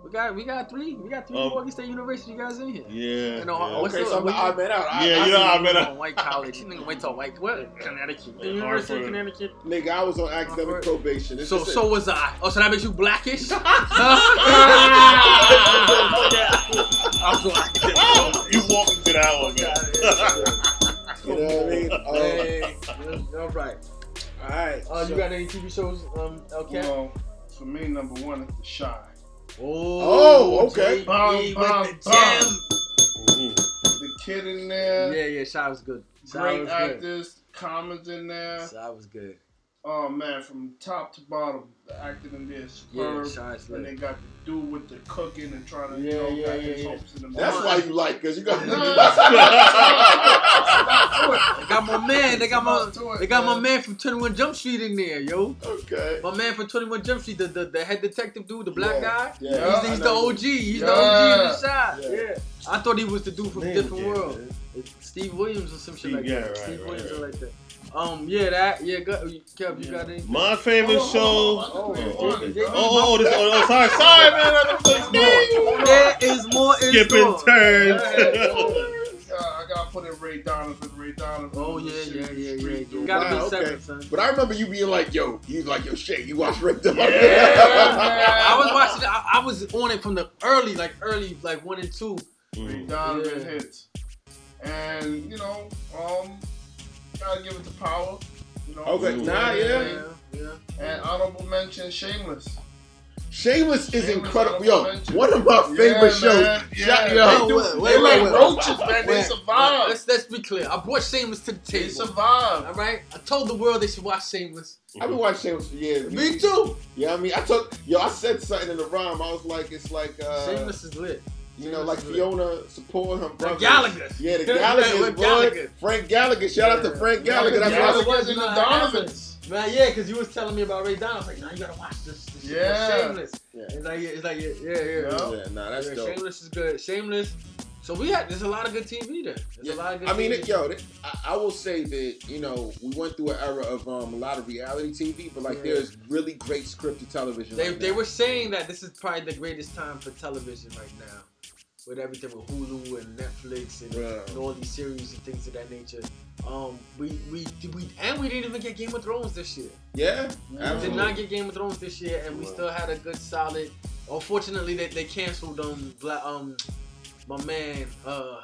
[SPEAKER 1] We got we got three. We got three
[SPEAKER 3] Um,
[SPEAKER 1] Morgan State University guys in here.
[SPEAKER 3] yeah.
[SPEAKER 1] You know,
[SPEAKER 3] yeah.
[SPEAKER 1] what's
[SPEAKER 2] Okay,
[SPEAKER 1] up?
[SPEAKER 2] so I'm the
[SPEAKER 1] We-
[SPEAKER 2] odd man out. I,
[SPEAKER 3] Yeah,
[SPEAKER 2] I,
[SPEAKER 3] you know, I
[SPEAKER 1] You
[SPEAKER 3] mean,
[SPEAKER 1] on white college. You nigga went to white what? Connecticut. The
[SPEAKER 3] Yeah,
[SPEAKER 1] University of
[SPEAKER 3] Hartford.
[SPEAKER 1] Connecticut.
[SPEAKER 2] nigga, I was on academic
[SPEAKER 1] Hartford.
[SPEAKER 2] probation. It's
[SPEAKER 1] So
[SPEAKER 2] just a-
[SPEAKER 1] so was I. Oh, so that makes you blackish?
[SPEAKER 3] Oh, you walked into that one, man.
[SPEAKER 2] you know what I mean? Um,
[SPEAKER 1] Hey, all right.
[SPEAKER 4] All right.
[SPEAKER 1] Uh, you got any TV shows? Um, okay.
[SPEAKER 4] Well, for me, number one is The Shy.
[SPEAKER 2] Oh, okay.
[SPEAKER 1] JB
[SPEAKER 4] Bum,
[SPEAKER 1] with
[SPEAKER 4] bum,
[SPEAKER 1] the
[SPEAKER 4] bum.
[SPEAKER 1] gem.
[SPEAKER 3] Mhm.
[SPEAKER 4] The kid in there,
[SPEAKER 1] Yeah, yeah. Shy was good. Shy
[SPEAKER 4] great
[SPEAKER 1] was
[SPEAKER 4] actors, comments in
[SPEAKER 1] good.
[SPEAKER 4] there.
[SPEAKER 1] Shy was good.
[SPEAKER 4] Oh man, from top to bottom, the acting in there is
[SPEAKER 1] Yeah,
[SPEAKER 4] superb.
[SPEAKER 1] Shy's
[SPEAKER 4] and they
[SPEAKER 1] good.
[SPEAKER 4] got the dude with the cooking and trying to,
[SPEAKER 1] Yeah,
[SPEAKER 4] you know,
[SPEAKER 1] yeah,
[SPEAKER 4] got
[SPEAKER 1] yeah,
[SPEAKER 4] his
[SPEAKER 1] yeah.
[SPEAKER 4] hopes in the
[SPEAKER 2] that's
[SPEAKER 4] mind.
[SPEAKER 2] why you like, cause you got.
[SPEAKER 1] They got my man. They got my.
[SPEAKER 4] To it,
[SPEAKER 1] They got my
[SPEAKER 4] man.
[SPEAKER 1] man from 21 Jump Street in there, yo.
[SPEAKER 2] okay.
[SPEAKER 1] My man from 21 Jump Street, the, the, the head detective dude, the black
[SPEAKER 2] Yeah,
[SPEAKER 1] guy.
[SPEAKER 2] Yeah.
[SPEAKER 1] He's,
[SPEAKER 4] I
[SPEAKER 1] he's the
[SPEAKER 4] know.
[SPEAKER 1] OG. He's the
[SPEAKER 4] Yeah.
[SPEAKER 1] OG of the shot.
[SPEAKER 2] Yeah.
[SPEAKER 1] Yeah. I thought he was the dude from
[SPEAKER 3] Man,
[SPEAKER 1] Different
[SPEAKER 3] yeah,
[SPEAKER 1] World.
[SPEAKER 3] man.
[SPEAKER 1] It's Steve Williams or some shit
[SPEAKER 3] Steve-
[SPEAKER 1] like
[SPEAKER 3] yeah,
[SPEAKER 1] that.
[SPEAKER 3] right,
[SPEAKER 1] Steve
[SPEAKER 3] right,
[SPEAKER 1] Williams
[SPEAKER 3] right.
[SPEAKER 1] or like that. Um, yeah, that. Yeah, go, Kev, you got any?
[SPEAKER 3] My favorite show.
[SPEAKER 4] Oh,
[SPEAKER 1] Oh,
[SPEAKER 4] oh,
[SPEAKER 1] yeah.
[SPEAKER 3] Oh, oh, this, oh, oh, sorry, sorry, man. I just like,
[SPEAKER 1] There is more in
[SPEAKER 3] skipping
[SPEAKER 1] store. oh,
[SPEAKER 3] turns.
[SPEAKER 4] Yeah, I gotta put in Ray Donovan. Ray Donovan.
[SPEAKER 1] Oh yeah,
[SPEAKER 4] This
[SPEAKER 1] yeah,
[SPEAKER 4] shit
[SPEAKER 1] yeah,
[SPEAKER 4] is
[SPEAKER 1] yeah.
[SPEAKER 4] street
[SPEAKER 1] You
[SPEAKER 4] dude.
[SPEAKER 1] gotta
[SPEAKER 2] Wow,
[SPEAKER 1] be
[SPEAKER 2] okay.
[SPEAKER 1] seven, son.
[SPEAKER 2] But I remember you being like, yo, you like, yo, shit, you watch Rick Dog.
[SPEAKER 1] I was watching. it- I, I was on it from the early, like early, like one and two.
[SPEAKER 4] Ray
[SPEAKER 3] Mhm.
[SPEAKER 4] Donovan
[SPEAKER 1] Yeah.
[SPEAKER 4] hits, and you know, um, gotta give it to Power. You know,
[SPEAKER 2] Okay,
[SPEAKER 3] Ooh.
[SPEAKER 2] nah, yeah.
[SPEAKER 1] yeah.
[SPEAKER 4] And honorable mention, Shameless.
[SPEAKER 2] Sheamus is
[SPEAKER 4] Sheamus
[SPEAKER 2] incredible.
[SPEAKER 4] out of
[SPEAKER 2] Yo,
[SPEAKER 4] hundred.
[SPEAKER 2] one of my
[SPEAKER 4] Yeah, man.
[SPEAKER 2] favorite shows.
[SPEAKER 4] Yeah,
[SPEAKER 2] Shout-
[SPEAKER 6] man.
[SPEAKER 2] yo,
[SPEAKER 6] Oh,
[SPEAKER 4] they,
[SPEAKER 6] wait,
[SPEAKER 4] do,
[SPEAKER 6] wait,
[SPEAKER 4] they like
[SPEAKER 6] wait, wait.
[SPEAKER 4] roaches, man. They
[SPEAKER 6] Wait,
[SPEAKER 4] survive.
[SPEAKER 1] Let's let's be clear. I brought Shameless to the
[SPEAKER 4] They
[SPEAKER 1] table. All
[SPEAKER 4] survive.
[SPEAKER 1] right. I told the world they should watch Shameless.
[SPEAKER 2] I've been watching Sheamus for years.
[SPEAKER 1] Me too.
[SPEAKER 2] You know what I mean? I took yo, I said something in the rhyme. I was like, it's like uh
[SPEAKER 1] Shameless is lit.
[SPEAKER 2] you know, like Fiona supporting her brother.
[SPEAKER 1] Gallagher.
[SPEAKER 2] Yeah, the
[SPEAKER 1] Yeah,
[SPEAKER 2] Gallagher,
[SPEAKER 1] with
[SPEAKER 2] boy.
[SPEAKER 1] Gallagher.
[SPEAKER 2] Frank Gallagher. Shout out to Frank
[SPEAKER 1] Yeah.
[SPEAKER 2] Gallagher. That's
[SPEAKER 1] Gallagher.
[SPEAKER 2] why
[SPEAKER 4] what in
[SPEAKER 1] Nah,
[SPEAKER 4] the Donovans.
[SPEAKER 1] Nah, yeah, cause you was telling me about Ray Donovan. I was like, nah, you gotta watch this. this shit called
[SPEAKER 4] Yeah.
[SPEAKER 1] Shameless.
[SPEAKER 2] Yeah.
[SPEAKER 1] It's like, yeah, it's like, yeah, yeah, yeah.
[SPEAKER 4] Yeah.
[SPEAKER 2] I- Yeah, nah, that's
[SPEAKER 1] Yeah,
[SPEAKER 2] dope.
[SPEAKER 1] Shameless is good. Shameless. So we had there's a lot of good TV there. There's
[SPEAKER 2] Yeah,
[SPEAKER 1] a lot of good.
[SPEAKER 2] I mean,
[SPEAKER 1] TV.
[SPEAKER 2] it, yo, th- I, I will say that you know we went through an era of um, a lot of reality TV, but like
[SPEAKER 1] Yeah.
[SPEAKER 2] there's really great scripted television.
[SPEAKER 1] They,
[SPEAKER 2] right
[SPEAKER 1] they
[SPEAKER 2] now.
[SPEAKER 1] were saying that this is probably the greatest time for television right now, with everything with Hulu and Netflix and,
[SPEAKER 2] Yeah.
[SPEAKER 1] and all these series and things of that nature. Um, we, we we and we didn't even get Game of Thrones this year.
[SPEAKER 2] yeah,
[SPEAKER 1] We did
[SPEAKER 2] absolutely.
[SPEAKER 1] not get Game of Thrones this year, and we
[SPEAKER 3] Right.
[SPEAKER 1] still had a good solid. Unfortunately, they, they canceled um black um my man uh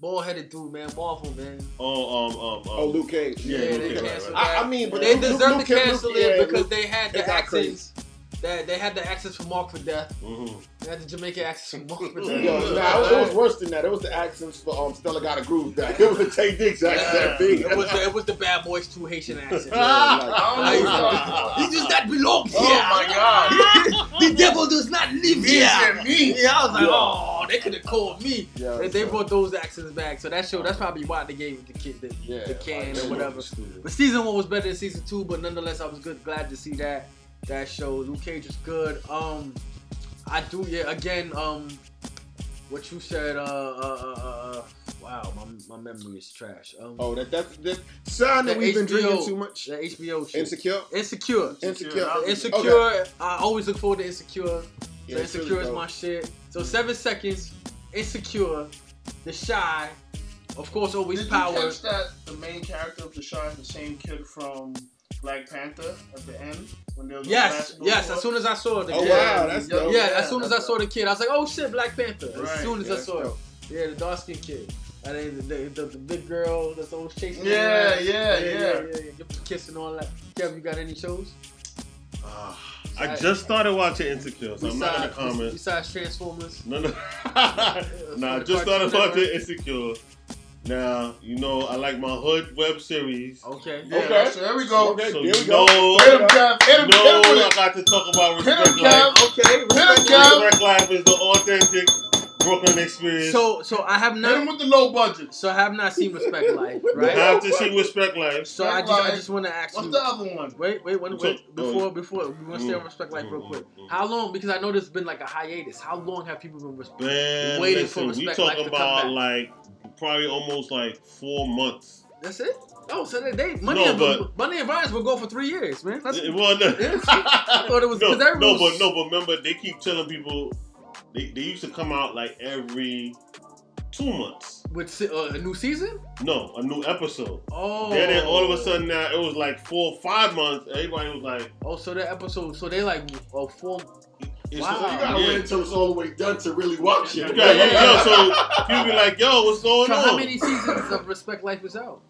[SPEAKER 1] bald headed dude man Marvel man.
[SPEAKER 3] Oh, um, um, um.
[SPEAKER 2] Oh, Luke Cage.
[SPEAKER 3] Yeah,
[SPEAKER 1] they
[SPEAKER 3] Luke Cage, right,
[SPEAKER 1] canceled
[SPEAKER 2] I,
[SPEAKER 1] that.
[SPEAKER 2] I mean, but
[SPEAKER 1] They
[SPEAKER 2] Luke-
[SPEAKER 1] deserve
[SPEAKER 2] Luke
[SPEAKER 1] to
[SPEAKER 2] Cage-
[SPEAKER 1] cancel
[SPEAKER 2] Luke-
[SPEAKER 1] it
[SPEAKER 2] yeah,
[SPEAKER 1] because
[SPEAKER 2] Luke-
[SPEAKER 1] they had
[SPEAKER 2] it
[SPEAKER 1] the
[SPEAKER 2] got
[SPEAKER 1] accents. That they had the accents for Mark for Death.
[SPEAKER 3] hmm
[SPEAKER 1] They had the Jamaican accents for Mark for Death.
[SPEAKER 2] Yo, nah, it was, it was worse than that. It was the accents for um, Stella Got a Groove back. It was the Tay Diggs accent. B.
[SPEAKER 1] It was the, it was the bad boys two Haitian accent.
[SPEAKER 4] I don't know.
[SPEAKER 1] he does not belong here.
[SPEAKER 4] Oh my god.
[SPEAKER 1] the devil does not live here.
[SPEAKER 4] Yeah. Me.
[SPEAKER 1] Yeah, I was like,
[SPEAKER 2] Yeah.
[SPEAKER 1] oh, they could have called me.
[SPEAKER 2] Yeah,
[SPEAKER 1] They- they
[SPEAKER 2] so-
[SPEAKER 1] brought those accents back, so that show that's probably why they gave the kid the,
[SPEAKER 2] yeah,
[SPEAKER 1] the can
[SPEAKER 2] like,
[SPEAKER 1] or whatever.
[SPEAKER 2] stupid.
[SPEAKER 1] But season one was better than season two, but nonetheless, I was good, glad to see that that show. Luke Cage was good. Um, I do yeah. Again, um, what you said. Uh, uh, uh, uh, uh wow, my, my memory is trash. Um,
[SPEAKER 2] Oh, that that's that sign that
[SPEAKER 1] The
[SPEAKER 2] we've been
[SPEAKER 1] HBO.
[SPEAKER 2] drinking too much.
[SPEAKER 1] the HBO show.
[SPEAKER 2] Insecure.
[SPEAKER 1] Insecure.
[SPEAKER 2] Insecure.
[SPEAKER 1] Insecure.
[SPEAKER 4] Oh,
[SPEAKER 1] I always look forward to Insecure. So
[SPEAKER 2] Yeah, it's
[SPEAKER 1] Insecure
[SPEAKER 2] really
[SPEAKER 1] is
[SPEAKER 2] dope.
[SPEAKER 1] my shit. So seven seconds. Insecure. The shy. Of course,
[SPEAKER 4] Did
[SPEAKER 1] always
[SPEAKER 4] you
[SPEAKER 1] power.
[SPEAKER 4] catch that the main character of the show is the same kid from Black Panther at the end when they was on
[SPEAKER 1] Yes,
[SPEAKER 4] the basketball
[SPEAKER 1] yes.
[SPEAKER 4] court?
[SPEAKER 1] As soon as I saw the
[SPEAKER 2] Oh
[SPEAKER 1] kid.
[SPEAKER 2] wow, that's
[SPEAKER 4] Yeah,
[SPEAKER 2] dope.
[SPEAKER 1] yeah, as soon as I
[SPEAKER 2] that's
[SPEAKER 1] saw the kid, I was like, "Oh shit, Black Panther!" As
[SPEAKER 4] Right,
[SPEAKER 1] soon as
[SPEAKER 2] yeah,
[SPEAKER 1] I
[SPEAKER 2] that's
[SPEAKER 1] saw it,
[SPEAKER 2] dope.
[SPEAKER 1] yeah, the dark skinned kid, and then the, the, the, the big girl that's always chasing.
[SPEAKER 4] Yeah,
[SPEAKER 1] her.
[SPEAKER 4] yeah, yeah.
[SPEAKER 1] yeah, yeah. kissing all that. Kev, you got any shows?
[SPEAKER 3] Ah, I just started watching Insecure, so I'm not gonna
[SPEAKER 1] Besides-
[SPEAKER 3] comment.
[SPEAKER 1] Besides Transformers,
[SPEAKER 3] No, no. nah,
[SPEAKER 1] the
[SPEAKER 3] just
[SPEAKER 1] Cartoon
[SPEAKER 3] started watching
[SPEAKER 1] Network.
[SPEAKER 3] Insecure. Now, you know, I like my hood web series.
[SPEAKER 1] okay.
[SPEAKER 4] Yeah,
[SPEAKER 2] Okay.
[SPEAKER 4] So there we
[SPEAKER 2] dope.
[SPEAKER 4] go.
[SPEAKER 2] Okay,
[SPEAKER 3] So
[SPEAKER 2] there we
[SPEAKER 3] you
[SPEAKER 2] go.
[SPEAKER 3] know-
[SPEAKER 4] Hit him, Kev. Hit him,
[SPEAKER 3] no,
[SPEAKER 4] hit him with
[SPEAKER 3] I
[SPEAKER 4] it.
[SPEAKER 3] got to talk about
[SPEAKER 4] Hit
[SPEAKER 3] Respect
[SPEAKER 4] him,
[SPEAKER 3] Life.
[SPEAKER 4] Kev.
[SPEAKER 1] Okay.
[SPEAKER 4] Hit him,
[SPEAKER 1] respect.
[SPEAKER 4] Kev.
[SPEAKER 3] Respect Life is the authentic Brooklyn experience.
[SPEAKER 1] So, so I have
[SPEAKER 4] Hit him
[SPEAKER 1] not,
[SPEAKER 4] with the low budgets.
[SPEAKER 1] so I have not seen Respect Life,
[SPEAKER 3] you
[SPEAKER 1] right?
[SPEAKER 3] have to see Respect Life.
[SPEAKER 1] So I just, I
[SPEAKER 4] Life.
[SPEAKER 1] just want to ask
[SPEAKER 4] What's
[SPEAKER 1] you.
[SPEAKER 4] the other one?
[SPEAKER 1] Wait, wait, wait,
[SPEAKER 3] um,
[SPEAKER 1] wait. Before, before we want to stay on
[SPEAKER 3] Mm.
[SPEAKER 1] Respect Life real
[SPEAKER 3] Mm,
[SPEAKER 1] quick.
[SPEAKER 3] mm, mm.
[SPEAKER 1] How long? Because I know there's been like a hiatus. How long have people been respect?
[SPEAKER 3] Man,
[SPEAKER 1] Waiting for
[SPEAKER 3] listen, we
[SPEAKER 1] Respect
[SPEAKER 3] talk
[SPEAKER 1] Life to come
[SPEAKER 3] about
[SPEAKER 1] back.
[SPEAKER 3] like probably almost like four months.
[SPEAKER 1] That's it. Oh, so they, they money
[SPEAKER 3] No,
[SPEAKER 1] and
[SPEAKER 3] but-
[SPEAKER 1] money and Ryan's will go for three years, man. That's,
[SPEAKER 3] It wasn't-
[SPEAKER 1] I thought it was
[SPEAKER 3] no,
[SPEAKER 1] because everyone.
[SPEAKER 3] no, but
[SPEAKER 1] was-
[SPEAKER 3] no, but remember they keep telling people they, they used to come out like every two months.
[SPEAKER 1] With se- uh, a new season?
[SPEAKER 3] No, a new episode.
[SPEAKER 1] Oh.
[SPEAKER 3] Then, then all of a sudden now it was like four, five months. Everybody was like,
[SPEAKER 1] Oh, so that episode. So they like uh, four.
[SPEAKER 3] it's
[SPEAKER 1] Wow.
[SPEAKER 3] just-
[SPEAKER 1] You
[SPEAKER 2] gotta
[SPEAKER 3] yeah.
[SPEAKER 2] wait until it's all the way done to really watch it.
[SPEAKER 3] You gotta- you know, so people be like, yo, what's going
[SPEAKER 1] So
[SPEAKER 3] on?
[SPEAKER 1] how many seasons of Respect Life is out?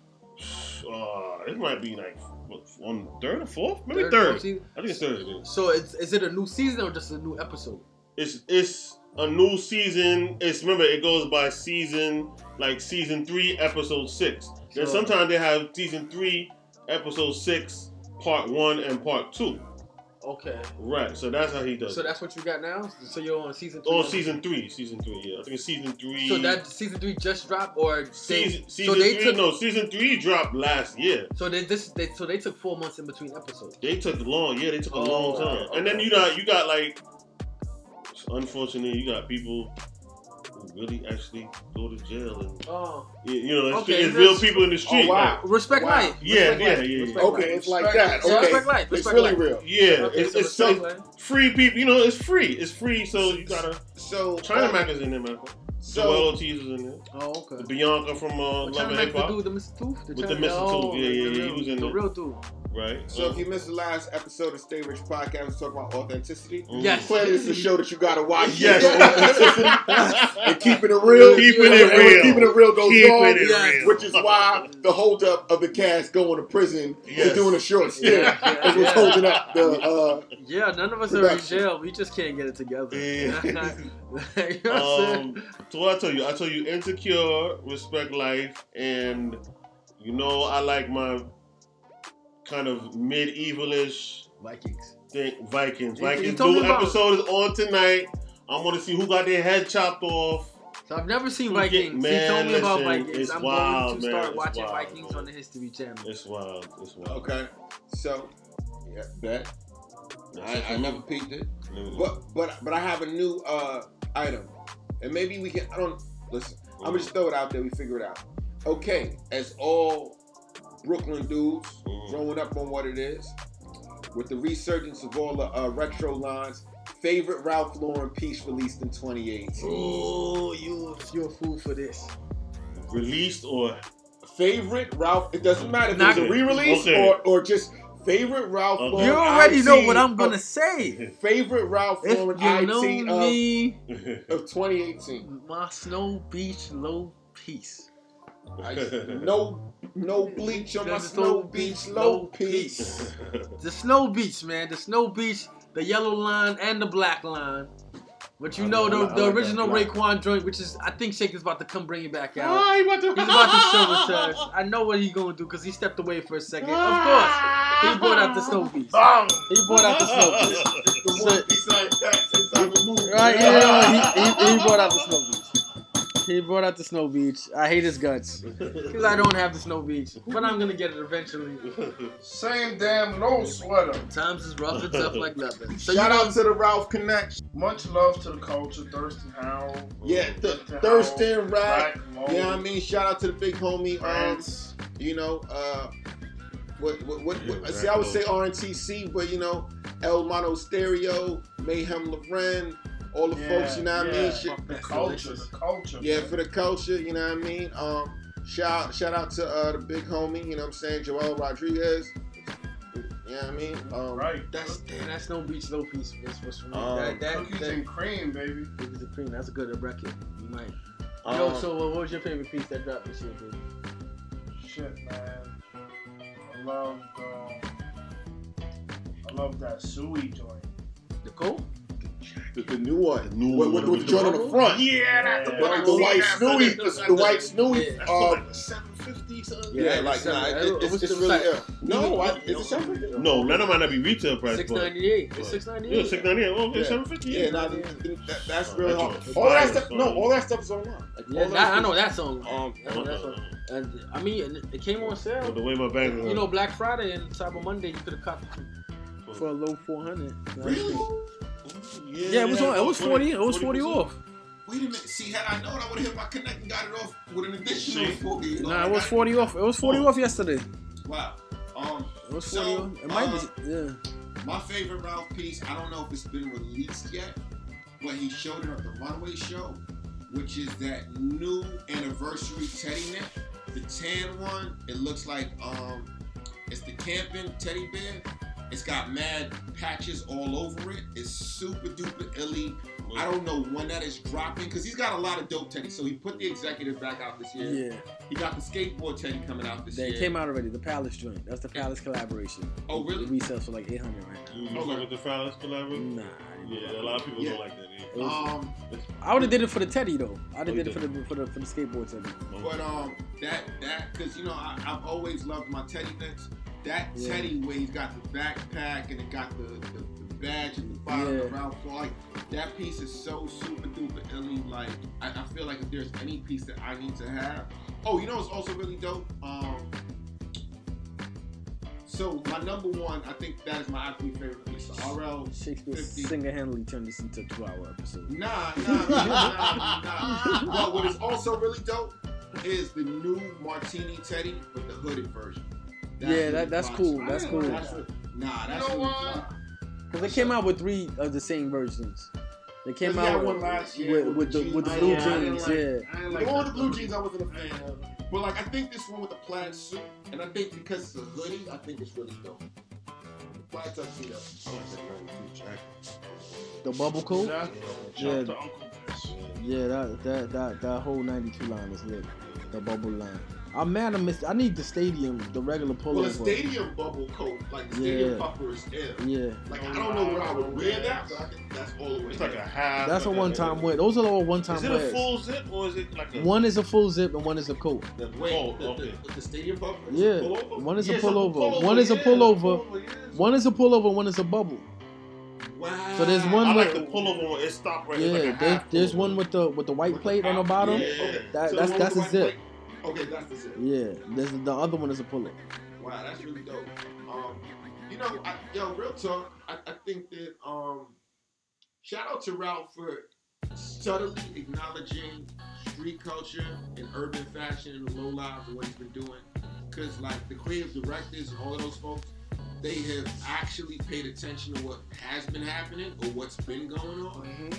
[SPEAKER 3] Uh, it might be like what, on third or fourth, maybe
[SPEAKER 1] Third,
[SPEAKER 3] third.
[SPEAKER 1] fourth season?
[SPEAKER 3] I think it's third.
[SPEAKER 1] So it's, is it a new season or just a new episode?
[SPEAKER 3] It's it's a new season. It's remember it goes by season, like season three, episode six.
[SPEAKER 1] Sure.
[SPEAKER 3] Then sometimes they have season three, episode six, part one and part two.
[SPEAKER 1] Okay.
[SPEAKER 3] Right. So that's how he does.
[SPEAKER 1] So
[SPEAKER 3] it.
[SPEAKER 1] that's what you got now. So you're on season. three
[SPEAKER 3] Oh,
[SPEAKER 1] now?
[SPEAKER 3] season three, season three. Yeah, I think it's season three.
[SPEAKER 1] So that season three just dropped, or they,
[SPEAKER 3] season,
[SPEAKER 1] so
[SPEAKER 3] season
[SPEAKER 1] they
[SPEAKER 3] three.
[SPEAKER 1] took
[SPEAKER 3] No, season three dropped last year.
[SPEAKER 1] so they this they so they took four months in between episodes.
[SPEAKER 3] They took long, yeah, they took a
[SPEAKER 1] Oh,
[SPEAKER 3] long time. And then you got you got like unfortunately you got people who really actually go to jail and
[SPEAKER 1] Oh,
[SPEAKER 3] you- you know, it's,
[SPEAKER 1] Okay,
[SPEAKER 3] it's
[SPEAKER 1] that's-
[SPEAKER 3] real people in the street.
[SPEAKER 2] Oh wow.
[SPEAKER 3] like,
[SPEAKER 1] respect
[SPEAKER 2] Wow.
[SPEAKER 1] life.
[SPEAKER 3] Yeah,
[SPEAKER 1] Respect
[SPEAKER 3] yeah,
[SPEAKER 1] life.
[SPEAKER 3] yeah, yeah.
[SPEAKER 1] Respect
[SPEAKER 2] Okay,
[SPEAKER 1] life.
[SPEAKER 2] it's like
[SPEAKER 4] Respect.
[SPEAKER 2] that.
[SPEAKER 1] Yeah,
[SPEAKER 2] Okay,
[SPEAKER 1] respect life,
[SPEAKER 2] it's
[SPEAKER 1] respect
[SPEAKER 2] really
[SPEAKER 1] life.
[SPEAKER 2] real.
[SPEAKER 3] yeah,
[SPEAKER 1] Okay,
[SPEAKER 3] it's,
[SPEAKER 1] so
[SPEAKER 3] it's,
[SPEAKER 1] respect
[SPEAKER 3] it's
[SPEAKER 1] life.
[SPEAKER 3] free people, you know, it's free. It's free, so you gotta
[SPEAKER 2] So
[SPEAKER 3] China
[SPEAKER 2] uh,
[SPEAKER 3] Mac is in there, man.
[SPEAKER 2] So
[SPEAKER 3] Joel Ortiz is in there.
[SPEAKER 1] Oh, okay.
[SPEAKER 3] Bianca from uh,
[SPEAKER 1] What
[SPEAKER 3] Love
[SPEAKER 1] China
[SPEAKER 3] and
[SPEAKER 1] Mac
[SPEAKER 3] Hip
[SPEAKER 1] the
[SPEAKER 3] Hop.
[SPEAKER 1] dude, the Mr. Tooth,
[SPEAKER 3] With the
[SPEAKER 1] China-
[SPEAKER 3] Mr. Tooth, yeah,
[SPEAKER 1] the
[SPEAKER 3] yeah, yeah, he
[SPEAKER 1] real-
[SPEAKER 3] was in
[SPEAKER 1] the
[SPEAKER 3] it.
[SPEAKER 1] real dude.
[SPEAKER 3] right?
[SPEAKER 2] So if you missed the last episode of Stay Rich Podcast, we talk about authenticity.
[SPEAKER 3] Mm.
[SPEAKER 1] Yes.
[SPEAKER 2] Clearly, it's a show that you gotta watch.
[SPEAKER 3] Yes.
[SPEAKER 2] Authenticity and keeping it real.
[SPEAKER 3] Keeping it
[SPEAKER 2] And when
[SPEAKER 3] real.
[SPEAKER 2] Keeping it real goes
[SPEAKER 3] Keeping
[SPEAKER 2] long,
[SPEAKER 3] it
[SPEAKER 1] yes,
[SPEAKER 3] real.
[SPEAKER 2] which is why the holdup of the cast going to prison
[SPEAKER 3] Yes.
[SPEAKER 2] for doing a short stint
[SPEAKER 1] Yeah, yeah,
[SPEAKER 2] is what's
[SPEAKER 1] yeah.
[SPEAKER 2] holding up the. Uh,
[SPEAKER 1] Yeah, none of us are in
[SPEAKER 2] Production.
[SPEAKER 1] jail. We just can't get it together.
[SPEAKER 3] Yeah.
[SPEAKER 1] you know what I'm saying?
[SPEAKER 3] Um, so what I tell you, I tell you, insecure, respect life, and you know I like my kind of medievalish
[SPEAKER 7] Vikings.
[SPEAKER 3] thing. Vikings,
[SPEAKER 1] You- you
[SPEAKER 3] Vikings.
[SPEAKER 1] told me
[SPEAKER 3] New
[SPEAKER 1] about it.
[SPEAKER 3] episode is on tonight. I'm gonna see who got their head chopped off.
[SPEAKER 1] So I've never seen
[SPEAKER 3] You get-
[SPEAKER 1] Vikings. he
[SPEAKER 3] man,
[SPEAKER 1] told me about
[SPEAKER 3] listen,
[SPEAKER 1] Vikings.
[SPEAKER 3] it's
[SPEAKER 1] I'm
[SPEAKER 3] wild,
[SPEAKER 1] going to
[SPEAKER 3] man,
[SPEAKER 1] start
[SPEAKER 3] it's
[SPEAKER 1] watching
[SPEAKER 3] wild,
[SPEAKER 1] Vikings
[SPEAKER 3] man.
[SPEAKER 1] on the History Channel.
[SPEAKER 3] It's wild. It's wild.
[SPEAKER 2] uh, okay, so yeah, bet I, I never peeked it. But but but I have a new uh item, and maybe we can. I don't listen. I'm gonna just throw it out there. We figure it out. Okay, as all Brooklyn dudes
[SPEAKER 3] Mhm.
[SPEAKER 2] growing up on what it is, with the resurgence of all the uh, retro lines, favorite Ralph Lauren piece released in 2018.
[SPEAKER 3] Mm.
[SPEAKER 1] Oh, you, you're a fool for this.
[SPEAKER 3] released or
[SPEAKER 2] Favorite Ralph. It doesn't matter if
[SPEAKER 1] Not-
[SPEAKER 2] it's a re-release
[SPEAKER 3] Okay.
[SPEAKER 2] or or just favorite Ralph
[SPEAKER 3] Okay.
[SPEAKER 2] Lauren.
[SPEAKER 1] You already
[SPEAKER 2] IT
[SPEAKER 1] know what I'm going to
[SPEAKER 2] of-
[SPEAKER 1] say.
[SPEAKER 2] Favorite Ralph
[SPEAKER 1] If
[SPEAKER 2] Lauren
[SPEAKER 1] you know
[SPEAKER 2] IT of-
[SPEAKER 1] me,
[SPEAKER 2] of 2018.
[SPEAKER 1] my Snow Beach Low Piece.
[SPEAKER 2] I, no, no bleach on my
[SPEAKER 1] There's
[SPEAKER 2] snow
[SPEAKER 1] no
[SPEAKER 2] beach,
[SPEAKER 1] beach,
[SPEAKER 2] low
[SPEAKER 1] no
[SPEAKER 2] piece.
[SPEAKER 1] The Snow Beach, man. The Snow Beach, the yellow line, and the black line. But you
[SPEAKER 2] I
[SPEAKER 1] know,
[SPEAKER 2] like-
[SPEAKER 1] the,
[SPEAKER 2] I
[SPEAKER 1] the
[SPEAKER 2] like that
[SPEAKER 1] original
[SPEAKER 2] black.
[SPEAKER 1] Raekwon joint, which is, I think Shake is about to come bring it back out.
[SPEAKER 2] he about to,
[SPEAKER 1] He's about to show us. us. I know what he's gonna do because he stepped away for a second. Of course, he brought out the snow beast. He brought out the
[SPEAKER 2] Oh,
[SPEAKER 1] snow beast.
[SPEAKER 2] The one piece I got since I removed.
[SPEAKER 1] Right? Yeah, he, he, he brought out the snow beast. He brought out the snow beach. I hate his guts because I don't have the snow beach, but I'm gonna get it eventually.
[SPEAKER 4] Same damn no sweater.
[SPEAKER 1] Times is rough and tough like leather. So
[SPEAKER 2] Shout
[SPEAKER 1] you
[SPEAKER 2] out to the Ralph Connect.
[SPEAKER 4] Much love to the culture, Thurston Howell.
[SPEAKER 2] Yeah, th-
[SPEAKER 4] Thurston Howell,
[SPEAKER 2] Thurston Rack.
[SPEAKER 4] Black Mo,
[SPEAKER 2] Yeah, I mean, shout out to the big homie. Um,
[SPEAKER 4] France.
[SPEAKER 2] you know, uh, what, what, what,
[SPEAKER 3] Yeah,
[SPEAKER 2] see, I would
[SPEAKER 3] Rack
[SPEAKER 2] say RNTC, but you know, El Mono Stereo, Mayhem Loren, all the folks, you know what I mean? Shit-
[SPEAKER 4] The culture, the culture.
[SPEAKER 2] Yeah,
[SPEAKER 4] man.
[SPEAKER 2] for the culture, you know what I mean? Um, shout shout out to uh, the big homie, you know what I'm saying, Joel Rodriguez. You know what I mean? Um,
[SPEAKER 4] right.
[SPEAKER 1] that's damn, that snow beach low piece was, was for me.
[SPEAKER 2] Um,
[SPEAKER 1] that that,
[SPEAKER 4] Cookies
[SPEAKER 1] that
[SPEAKER 4] and cream, baby.
[SPEAKER 1] cookies and cream. That's a good record. You might.
[SPEAKER 2] um,
[SPEAKER 1] Yo, so uh, what was your favorite piece that dropped this year, dude?
[SPEAKER 4] Shit, man. I loved, um, I love that Suey joint.
[SPEAKER 1] The cold?
[SPEAKER 2] the, the new one.
[SPEAKER 3] New
[SPEAKER 2] With, with,
[SPEAKER 3] one.
[SPEAKER 2] with the joint on the front.
[SPEAKER 3] Yeah,
[SPEAKER 4] that's the
[SPEAKER 2] The,
[SPEAKER 4] one.
[SPEAKER 2] the white Snoopy, the, the white Snoopy.
[SPEAKER 1] Yeah.
[SPEAKER 2] Um,
[SPEAKER 3] seven fifty something.
[SPEAKER 2] yeah,
[SPEAKER 1] Yeah,
[SPEAKER 2] like,
[SPEAKER 1] it's
[SPEAKER 2] nah,
[SPEAKER 1] seven-
[SPEAKER 2] it,
[SPEAKER 1] it
[SPEAKER 2] it's,
[SPEAKER 1] was
[SPEAKER 2] it's
[SPEAKER 1] the
[SPEAKER 2] really
[SPEAKER 1] like-
[SPEAKER 2] ill. No, I,
[SPEAKER 1] No,
[SPEAKER 2] is it 750?
[SPEAKER 3] No, Lana might not be retail price,
[SPEAKER 1] Six
[SPEAKER 3] but
[SPEAKER 1] ninety eight. It's six ninety
[SPEAKER 3] yeah,
[SPEAKER 1] eight.
[SPEAKER 3] six ninety eight. Okay,
[SPEAKER 2] Yeah.
[SPEAKER 3] seven fifty.
[SPEAKER 2] Yeah,
[SPEAKER 3] Yeah,
[SPEAKER 2] nah, th- th- that, that's
[SPEAKER 3] Oh,
[SPEAKER 2] really
[SPEAKER 3] that
[SPEAKER 2] hard.
[SPEAKER 3] joint was
[SPEAKER 2] All that
[SPEAKER 3] fire,
[SPEAKER 2] stuff,
[SPEAKER 3] son.
[SPEAKER 2] no, all that stuff is online. Like, all
[SPEAKER 1] Yeah, that, I know
[SPEAKER 2] stuff
[SPEAKER 1] that's on.
[SPEAKER 2] is- Um,
[SPEAKER 1] I know Oh, that's on. And I mean, it- it came on
[SPEAKER 3] But
[SPEAKER 1] sale.
[SPEAKER 3] the way my bank,
[SPEAKER 1] You know, Black Friday and Cyber Monday, you could have copped it for a low four hundred.
[SPEAKER 2] really?
[SPEAKER 3] yeah,
[SPEAKER 1] Yeah, it was on. It was forty. It was forty
[SPEAKER 3] 40%.
[SPEAKER 1] off.
[SPEAKER 2] Wait a minute. See, had I known, I would have hit my connect and got it off with an additional
[SPEAKER 3] See?
[SPEAKER 2] 40.
[SPEAKER 1] Nah, it was forty off. It was forty
[SPEAKER 2] Oh.
[SPEAKER 1] off yesterday.
[SPEAKER 2] Wow. Um,
[SPEAKER 1] It was forty.
[SPEAKER 2] So, uh,
[SPEAKER 1] off. It might be. Yeah.
[SPEAKER 2] my favorite Ralph piece. I don't know if it's been released yet, but he showed it at the runway show, which is that new anniversary teddy neck, the tan one. It looks like um, it's the camping teddy bear. It's got mad patches all over it. It's super duper illy. I don't know when that is dropping because he's got a lot of dope teddy. So he put the executive back out this year.
[SPEAKER 1] Yeah.
[SPEAKER 2] He got the skateboard teddy coming out this
[SPEAKER 1] They
[SPEAKER 2] year.
[SPEAKER 1] came out already. The Palace joint. That's the Palace collaboration.
[SPEAKER 2] oh
[SPEAKER 1] It
[SPEAKER 2] really?
[SPEAKER 1] resells for like eight hundred right
[SPEAKER 3] You know,
[SPEAKER 2] Okay.
[SPEAKER 3] with the Fallon's collaboration.
[SPEAKER 1] now. Nah.
[SPEAKER 3] Yeah, a lot of people
[SPEAKER 2] Mm. Yeah.
[SPEAKER 3] don't like that. Yeah.
[SPEAKER 1] It was,
[SPEAKER 2] Um,
[SPEAKER 1] I would have did it for the Teddy though. I'd
[SPEAKER 3] Oh,
[SPEAKER 1] have
[SPEAKER 3] you
[SPEAKER 1] did it for the for the for the skateboard Teddy.
[SPEAKER 2] But um, that that because you know I, I've always loved my teddy things. That
[SPEAKER 1] Yeah.
[SPEAKER 2] teddy where he's got the backpack and it got the, the, the badge at the bottom
[SPEAKER 1] Yeah.
[SPEAKER 2] of Ralph Lauren. Like, that piece is so super duper illy. Like I, I feel like if there's any piece that I need to have. Oh, you know what's also really dope. Um, so my number one, I think that is my absolute favorite piece. The RL.
[SPEAKER 1] Shakespeare
[SPEAKER 2] 50.
[SPEAKER 1] single-handedly turned this into a two-hour episode.
[SPEAKER 2] Nah, nah, nah, nah, nah. But what is also really dope is the new Martini Teddy with the hooded version.
[SPEAKER 1] Yeah,
[SPEAKER 2] really
[SPEAKER 1] that- that's
[SPEAKER 2] fly.
[SPEAKER 1] cool,
[SPEAKER 4] that's
[SPEAKER 2] I
[SPEAKER 4] cool.
[SPEAKER 2] didn't know that. nah, that's
[SPEAKER 4] know
[SPEAKER 2] really
[SPEAKER 4] what?
[SPEAKER 2] fly.
[SPEAKER 1] Because they came out with three of the same versions. They came
[SPEAKER 2] Yeah,
[SPEAKER 1] out
[SPEAKER 2] one
[SPEAKER 1] with,
[SPEAKER 2] last year
[SPEAKER 1] with,
[SPEAKER 2] with
[SPEAKER 1] with the
[SPEAKER 2] the
[SPEAKER 1] with the
[SPEAKER 2] jeans.
[SPEAKER 1] blue
[SPEAKER 2] Yeah, I didn't
[SPEAKER 1] jeans.
[SPEAKER 4] like,
[SPEAKER 1] yeah,
[SPEAKER 4] I didn't
[SPEAKER 2] The
[SPEAKER 4] like
[SPEAKER 2] one with
[SPEAKER 4] that
[SPEAKER 2] the blue
[SPEAKER 4] blue
[SPEAKER 2] jeans I wasn't a fan of.
[SPEAKER 5] But like I think this one with the plaid suit, and I think because it's a hoodie, I think it's really dope. The plaid tuxedo.
[SPEAKER 3] I like that 92 jacket.
[SPEAKER 2] The bubble coat.
[SPEAKER 4] Shout
[SPEAKER 2] Yeah.
[SPEAKER 4] out to Uncle Vince.
[SPEAKER 2] Yeah, that that that that whole '92 line is lit. The bubble line. I'm mad I missed. I need the stadium, the regular
[SPEAKER 5] Well,
[SPEAKER 2] polo.
[SPEAKER 5] a stadium bubble coat, like the stadium
[SPEAKER 2] Yeah.
[SPEAKER 5] puffer is ill.
[SPEAKER 2] yeah,
[SPEAKER 5] Like I don't know where I would wear that, but I think that's all the way.
[SPEAKER 3] It's like a half.
[SPEAKER 2] that's a
[SPEAKER 3] like
[SPEAKER 2] one-time wear. Those are all
[SPEAKER 3] Is
[SPEAKER 2] one-time
[SPEAKER 3] it a
[SPEAKER 2] wears.
[SPEAKER 3] full zip or is it like a?
[SPEAKER 2] One is a full zip and one is a coat.
[SPEAKER 5] the way.
[SPEAKER 3] Oh,
[SPEAKER 5] the,
[SPEAKER 3] okay.
[SPEAKER 5] the, the stadium puffer. is
[SPEAKER 2] Yeah,
[SPEAKER 5] a pullover?
[SPEAKER 2] one is a
[SPEAKER 5] Yeah, it's like
[SPEAKER 2] pullover.
[SPEAKER 5] pullover,
[SPEAKER 2] One is a
[SPEAKER 5] yeah,
[SPEAKER 2] pullover.
[SPEAKER 5] pullover, yeah.
[SPEAKER 2] One is a pullover, one is a bubble.
[SPEAKER 5] Wow.
[SPEAKER 2] So there's one
[SPEAKER 3] I
[SPEAKER 2] with-
[SPEAKER 3] like the pullover one. It stopped right. it's
[SPEAKER 2] yeah,
[SPEAKER 3] like a
[SPEAKER 2] there's,
[SPEAKER 3] half
[SPEAKER 2] there's
[SPEAKER 3] pullover.
[SPEAKER 2] one with the with the white
[SPEAKER 5] With
[SPEAKER 2] plate on the
[SPEAKER 5] top?
[SPEAKER 2] bottom.
[SPEAKER 5] Yeah, okay.
[SPEAKER 2] That-
[SPEAKER 5] So
[SPEAKER 2] that's-
[SPEAKER 5] the one
[SPEAKER 2] that's
[SPEAKER 5] with
[SPEAKER 2] a
[SPEAKER 5] the
[SPEAKER 2] zip.
[SPEAKER 5] white plate- Okay, that's the zip.
[SPEAKER 2] Yeah, there's the other one is a pull-up.
[SPEAKER 5] Wow, that's really dope. Um, you know, I, yo, real talk. I, I think that um, shout out to Ralph for subtly acknowledging street culture and urban fashion and the low lives and what he's been doing. Cause like the creative directors and all those folks, they have actually paid attention to what has been happening or what's been going on,
[SPEAKER 4] Mm-hmm.